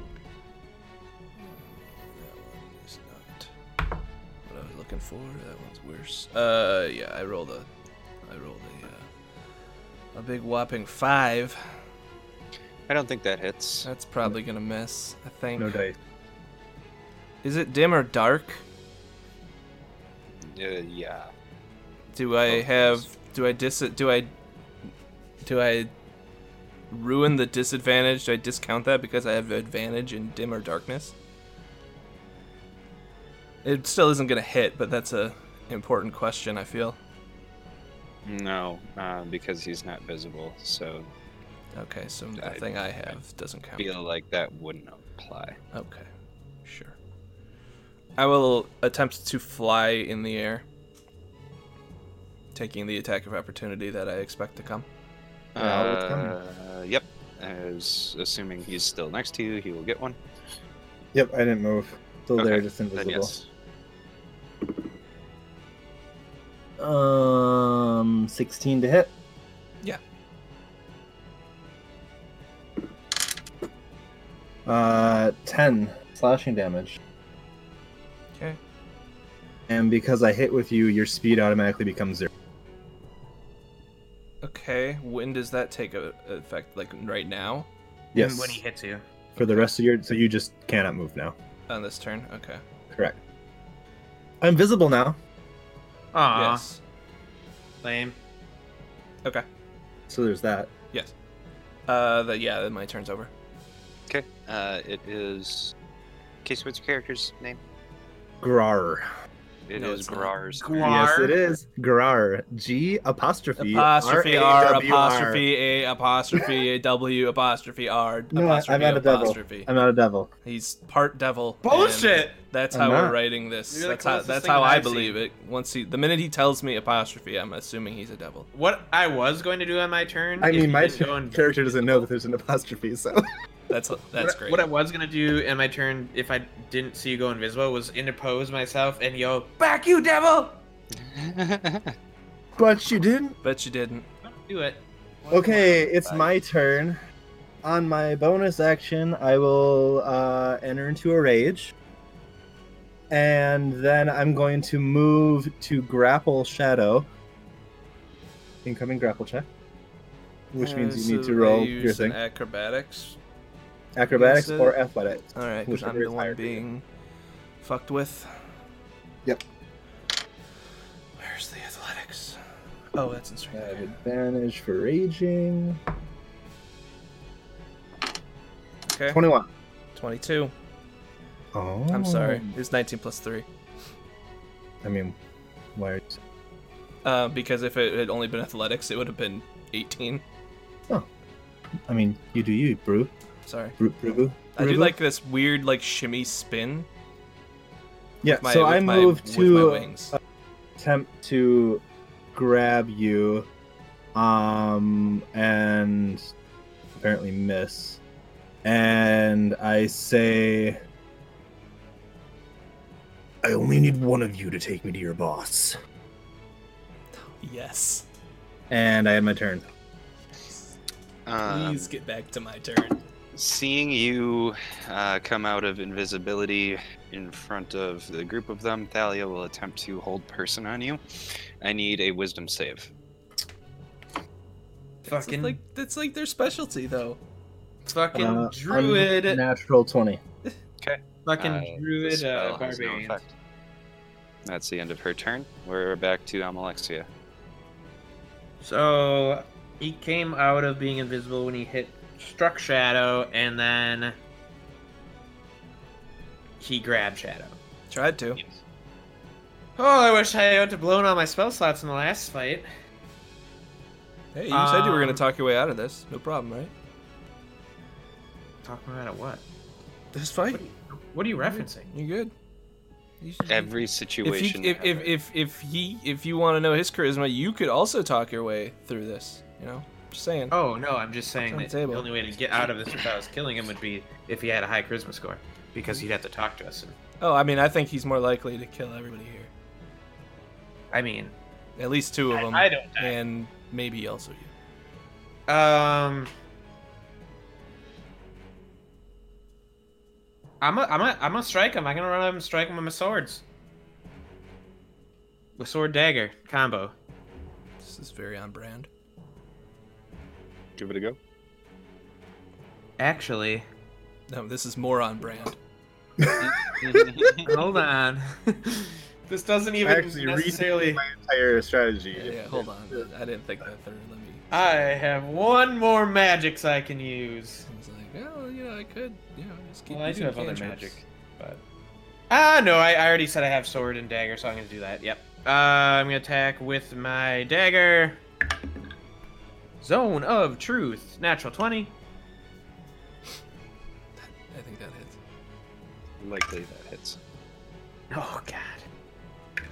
B: is not what I was looking for. That one's worse. Uh, yeah, I rolled a, I rolled a, uh, a big whopping five.
C: I don't think that hits.
B: That's probably gonna miss. I think.
F: No dice.
B: Is it dim or dark?
C: Uh, yeah.
B: Do I
C: Both
B: have? Do I dis? Do I? Do I? Ruin the disadvantage? Do I discount that because I have advantage in dim or darkness? It still isn't gonna hit, but that's a important question. I feel.
C: No, uh, because he's not visible, so
B: Okay, so nothing I have doesn't count.
C: feel like that wouldn't apply.
B: Okay, sure. I will attempt to fly in the air, taking the attack of opportunity that I expect to come.
F: Yeah, I'll let
C: Uh, yep. As assuming he's still next to you, he will get one.
F: Yep, I didn't move. Still there,
C: Okay,
F: just
C: Then
F: invisible.
C: yes.
F: Um, 16 to hit.
B: Yeah.
F: Uh, 10 slashing damage.
B: Okay.
F: And because I hit with you, your speed automatically becomes zero.
B: Okay, when does that take a, effect? Like right now
F: Yes.
D: When he hits you.
F: For the rest of your, so you just cannot move now.
B: on this turn? Okay.
F: Correct. I'm visible now,
G: Uh-huh.
D: Aw,
B: Yes.
D: lame.
B: Okay.
F: so there's that.
B: Yes. Uh, the, yeah, then my turn's over.
C: Okay. Uh, it is. Case, what's your character's name?
F: Grar.
C: It is
B: No, it's not.
C: Grar's.
F: Yes, it is. Grar. G apostrophe.
B: Apostrophe R,
F: R-A-W-R.
B: apostrophe A apostrophe A W apostrophe R
F: No, I-
B: apostrophe
F: I'm not a devil.
B: apostrophe.
F: I'm not a devil.
B: He's part devil. and-
G: Bullshit!
B: That's
F: I'm
B: how we're
F: not.
B: writing this.
G: You're the
B: that's how
G: closest
B: that's
G: thing
B: how
G: that
B: I
G: I've
B: believe it. Once he, the minute he tells me apostrophe, I'm assuming he's a devil.
D: What I was going to do on my turn.
F: I
D: if
F: mean,
D: you
F: my
D: didn't go and-
F: character doesn't know that there's an apostrophe, so.
B: That's that's
D: what, I-
B: great.
D: What I was gonna do in my turn, if I didn't see you go invisible, was interpose myself and yell, "Back, you devil!"
F: But you didn't.
B: Bet you didn't.
D: Don't do it.
F: Okay, it's my turn. On my bonus action, I will uh, enter into a rage. And then I'm going to move to grapple Shadow. Incoming grapple check. Which
B: Uh,
F: means you need to roll your thing.
B: acrobatics.
F: Acrobatics
B: Yes, uh,
F: or athletics.
B: All right, because
F: Whichever
B: I'm the
F: is
B: one
F: higher for you.
B: being fucked with.
F: Yep.
B: Where's the athletics? Oh, that's in
F: I
B: strength.
F: have
B: okay.
F: advantage for raging.
B: Okay.
F: 21.
B: 22.
F: Oh.
B: I'm sorry. It's 19 plus 3.
F: I mean, why are you
B: Uh, because if it had only been athletics, it would have been 18.
F: I mean, you do you, brew.
B: Sorry.
F: Brew, brew, brew.
B: I do
F: brew.
B: like this weird like shimmy spin.
F: Yeah,
B: with my,
F: so
B: with
F: I
B: my-
F: moved
B: with my
F: to uh,
B: wings.
F: attempt to grab you, um, and apparently miss. And I say, I only need one of you to take me to your boss.
B: yes.
F: And I had my turn.
C: Um,
F: Uh,
B: Please get back to my turn.
C: seeing you uh, come out of invisibility in front of the group of them, Thalia will attempt to hold person on you. I need a wisdom save.
D: Fucking,
B: That's like that's like their specialty though.
D: fucking
F: Uh,
D: druid,
F: Natural 20.
D: fucking
C: Uh, The
D: druid,
C: spell
D: uh,
C: has no
D: barbarian.
C: effect. That's the end of her turn. We're back to Amalexia.
D: So he came out of being invisible when he hit struck Shadow, and then he grabbed Shadow.
B: Tried to.
D: Oh, I wish I had blown all my spell slots in the last fight.
B: Hey, you said you were gonna
D: Um,
B: talk your way out of this. No problem, right?
D: Talking about what?
B: This fight.
D: What are you referencing?
B: You good? You should-
C: Every
B: if,
C: situation.
B: you, if, if
C: ever.
B: if if he if you want to know his charisma, you could also talk your way through this. You know, just saying.
D: Oh no, I'm just saying
B: on
D: that
B: the
D: the,
B: table.
D: only way to get out of this without us killing him would be if he had a high charisma score, because he'd have to talk to us. And,
B: Oh, I mean, I think he's more likely to kill everybody here.
D: I mean,
B: At least two of them.
D: I don't.
B: and maybe also you.
D: Um, I'm a, I'm a, I'm gonna strike him. I'm gonna run up and strike him with my swords. With sword dagger combo.
B: This is very on brand.
C: Give it a go.
D: Actually,
B: No, this is more on brand.
D: hold on. this doesn't even
F: actually read-
D: necessarily.
F: Entire strategy.
B: Yeah, yeah, hold on. I didn't think that through. Let me.
D: I have one more magics I can use.
B: I was like, oh, you know, I could, you know, just keep
D: Well, I do
B: using
D: have other
B: cantrips.
D: magic, but ah, no, I, I already said I have sword and dagger, so I'm gonna do that. Yep. Uh, I'm gonna attack with my dagger. Zone of Truth, natural twenty.
B: I think that hits.
C: Likely that hits.
D: Oh god.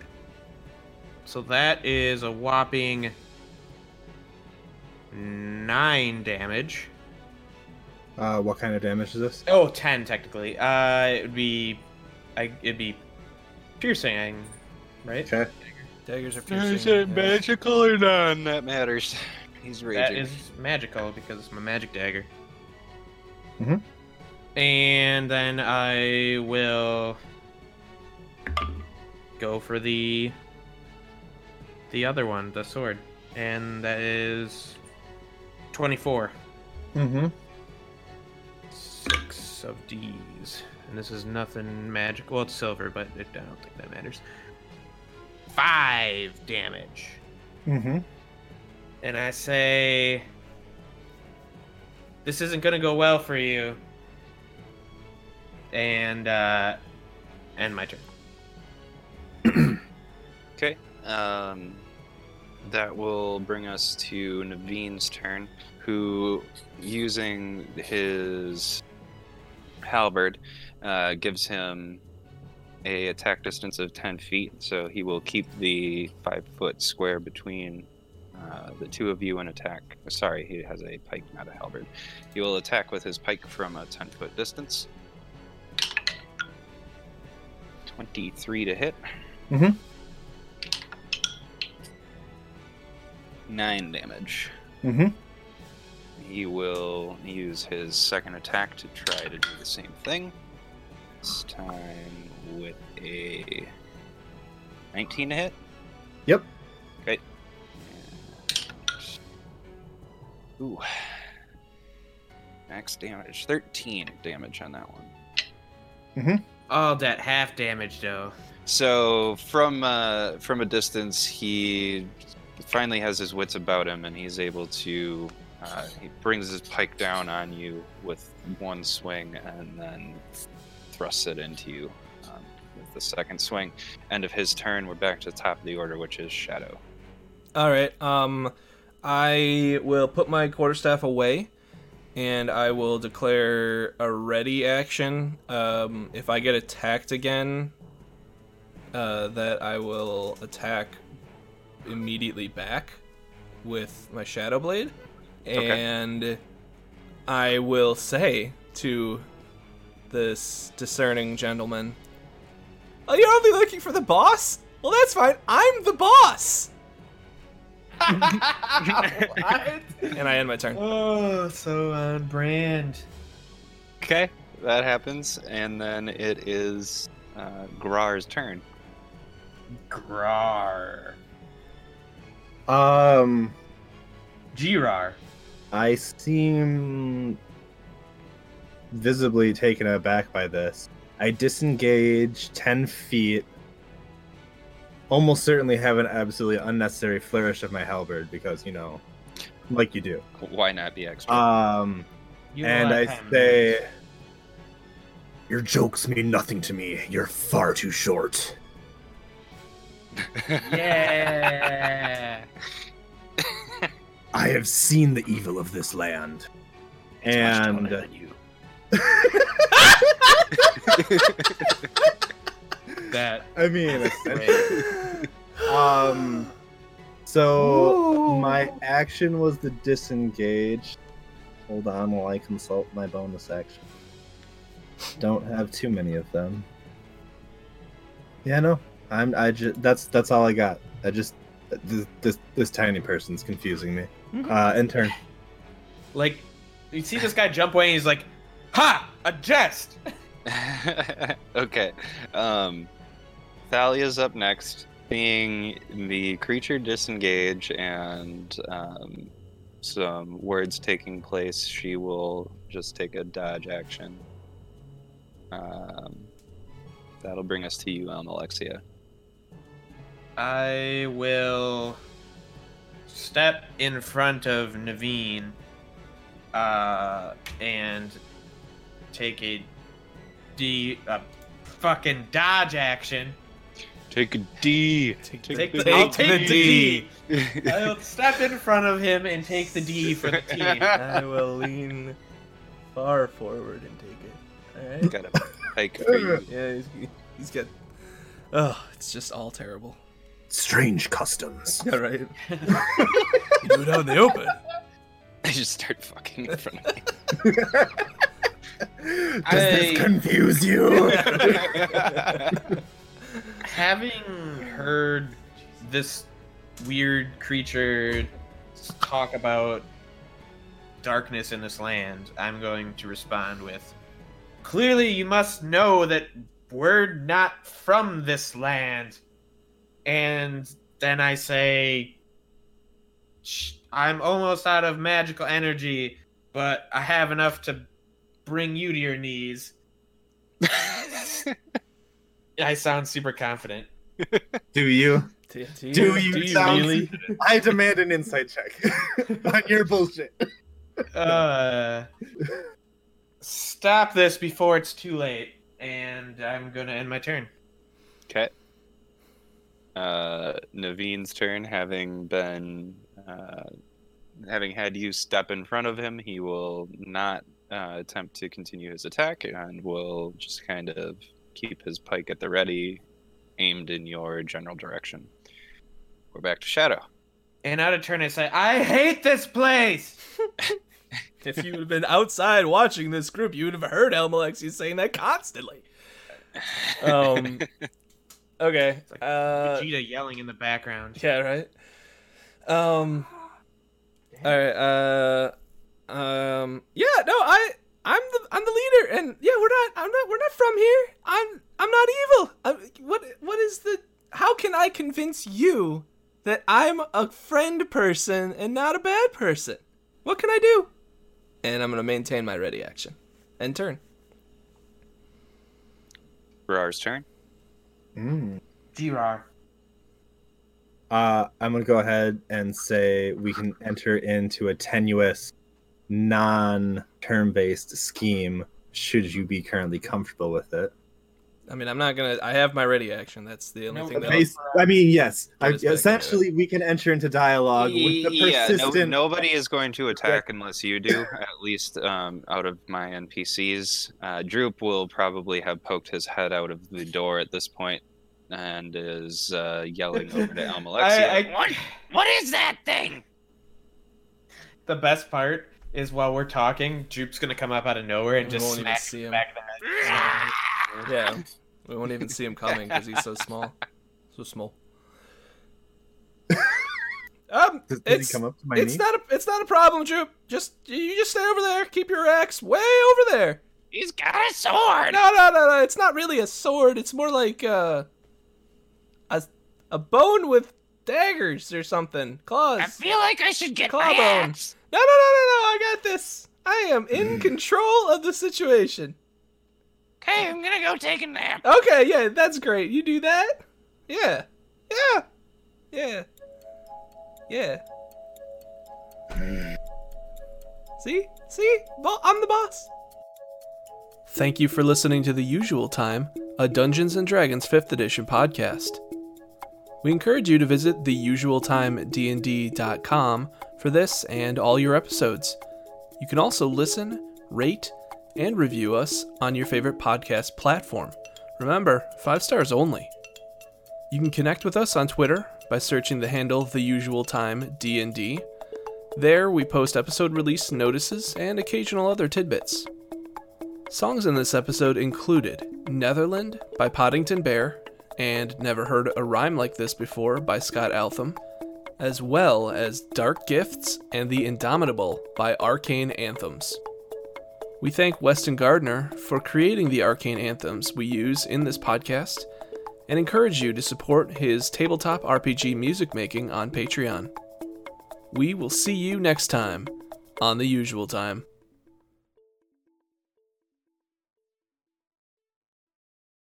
D: So that is a whopping nine damage.
F: Uh, what kind of damage is this?
D: Oh, 10 technically. Uh, it would be, I, it'd be piercing, right?
F: Okay.
B: Daggers are
C: Is
B: piercing.
C: it
B: yeah.
C: magical or not? That matters. He's
D: That
C: raging.
D: is magical because it's my magic dagger.
F: Mhm.
D: And then I will go for the the other one, the sword, and that is twenty-four.
F: Mm-hmm.
D: Six of D's, and this is nothing magic. Well, it's silver, but it, I don't think that matters. Five damage.
F: Mm-hmm.
D: and I say, "This isn't gonna go well for you," and uh, end my turn.
C: Okay. Um, that will bring us to Naveen's turn, who, using his halberd, uh, gives him a attack distance of 10 feet. So he will keep the five foot square between uh, the two of you and attack. Sorry, he has a pike, not a halberd. He will attack with his pike from a 10 foot distance. 23 to hit.
F: Mhm.
C: Nine damage.
F: Mm-hmm.
C: He will use his second attack to try to do the same thing. This time with a 19 to hit.
F: Yep.
C: Okay. Ooh. Max damage. 13 damage on that one.
D: All that half damage though.
C: So from uh, from a distance, he finally has his wits about him, and he's able to. Uh, he brings his pike down on you with one swing, and then thrusts it into you um, with the second swing. End of his turn, we're back to the top of the order, which is Shadow.
B: All right. Um, I will put my quarterstaff away, and I will declare a ready action. Um, if I get attacked again, uh, that I will attack immediately back with my shadow blade,
C: Okay.
B: and I will say to this discerning gentleman, "Oh, you're only looking for the boss? Well, that's fine. I'm the boss." And I end my turn.
D: Oh, so on brand.
C: Okay, that happens, and then it is uh, Grar's turn.
D: Grar.
F: Um,
D: Girar.
F: I seem visibly taken aback by this. I disengage 10 feet. Almost certainly have an absolutely unnecessary flourish of my halberd because, you know, like you do.
C: Why not the extra?
F: Um,
D: You have a
F: and
D: lot
F: I
D: of time.
F: say, Your jokes mean nothing to me. You're far too short.
D: Yeah.
F: I have seen the evil of this land.
C: much taller
F: And.
C: than you.
D: that.
F: I mean, um,
B: Oh,
F: so my action was the disengage. Hold on while I consult my bonus action. Don't have too many of them. Yeah, no, I'm. I just that's that's all I got. I just This, this, this tiny person's confusing me. Uh, intern.
D: Like, you see this guy jump away, and he's like, "Ha! A jest."
C: okay. Um, Thalia's up next. Seeing the creature disengage and um, some words taking place, she will just take a dodge action. Um, that'll bring us to you, Elm Alexia.
D: I will step in front of Naveen uh, and take a D a fucking dodge action.
C: Take a D.
D: Take the, I'll
H: Take the
D: take the
H: D.
D: D. I'll step in front of him and take the D for the team.
B: I will lean far forward and take it. All right.
C: Got a pike for you.
B: Yeah, he's, he's got. Oh, it's just all terrible.
F: Strange customs.
B: Yeah, right. you do it out in the open.
C: I just start fucking in front of me.
F: Does
D: I-
F: this confuse you?
D: Having heard this weird creature talk about darkness in this land, I'm going to respond with Clearly, you must know that we're not from this land. And then I say, "Sh- I'm almost out of magical energy, but I have enough to bring you to your knees. I sound super confident.
F: Do you?
B: Do,
F: Do you sound- I demand an insight check on your bullshit.
D: Uh, stop this before it's too late, and I'm gonna end my turn.
C: Okay. Uh, Naveen's turn, having been, uh, having had you step in front of him, he will not uh, attempt to continue his attack and will just kind of keep his pike at the ready, aimed in your general direction. We're back to Shadow.
D: And out of turn, I say, I hate this place.
B: If you would have been outside watching this group, you would have heard Elmalexi saying that constantly. Um. Okay.
D: like
B: Uh,
D: Vegeta yelling in the background.
B: yeah. Right. Um. All right. Uh. Um. Yeah. No. I. I'm the. I'm the leader. And yeah. We're not. I'm not. We're not from here. I'm. I'm not evil. I'm, what. What is the? How can I convince you that I'm a friend person and not a bad person? What can I do? And I'm gonna maintain my ready action. And turn.
C: Rar's turn.
D: Girar.
F: Mm. Uh, I'm gonna go ahead and say we can enter into a tenuous, non-term-based scheme. Should you be currently comfortable with it?
B: I mean, I'm not gonna. I have my ready action. That's the only
D: No,
B: thing that.
F: Bas- I mean, yes.
B: That
F: I,
B: is back
F: essentially, we can enter into dialogue with the
C: Yeah, no-
F: persistent.
C: nobody is going to attack unless you do, at least um, out of my NPCs. Uh, Droop will probably have poked his head out of the door at this point and is uh, yelling over to Elm Alexia.
D: I, I,
I: What? What is that thing?
D: the best part is while we're talking, Droop's gonna come up out of nowhere and
B: We
D: just
B: won't even
D: smack
B: see
D: him
B: him.
D: back in the head.
B: Yeah, we won't even see him coming because he's so small. So small. Um,
F: Does, does
B: it's
F: he come up to my
B: it's
F: knee?
B: not a it's not a problem, Droop. Just you just stay over there. Keep your axe way over there.
I: He's got a sword.
B: No, no, no, no. It's not really a sword. It's more like uh, a a bone with daggers or something.
I: I
B: Claws.
I: feel like I should get my
B: Clawbone.
I: axe.
B: No, no, no, no, no. I got this. I am in control of the situation.
I: Okay, I'm gonna go take a nap.
B: Okay, yeah, that's great. You do that? Yeah. Yeah. Yeah. Yeah. See? See? Bo- I'm the boss. Thank you for listening to The Usual Time, a Dungeons and Dragons 5th Edition podcast. We encourage you to visit theusualtimednd.com for this and all your episodes. You can also listen, rate, and review us on your favorite podcast platform. Remember, five stars only. You can connect with us on Twitter by searching the handle the usual time D&D. There we post episode release notices and occasional other tidbits. Songs in this episode included Netherland by Poddington Bear and Never Heard a Rhyme Like This Before by Scott Altham, as well as Dark Gifts and The Indomitable by Arcane Anthems. We thank Weston Gardner for creating the arcane anthems we use in this podcast and encourage you to support his tabletop RPG music making on Patreon. We will see you next time on the usual time.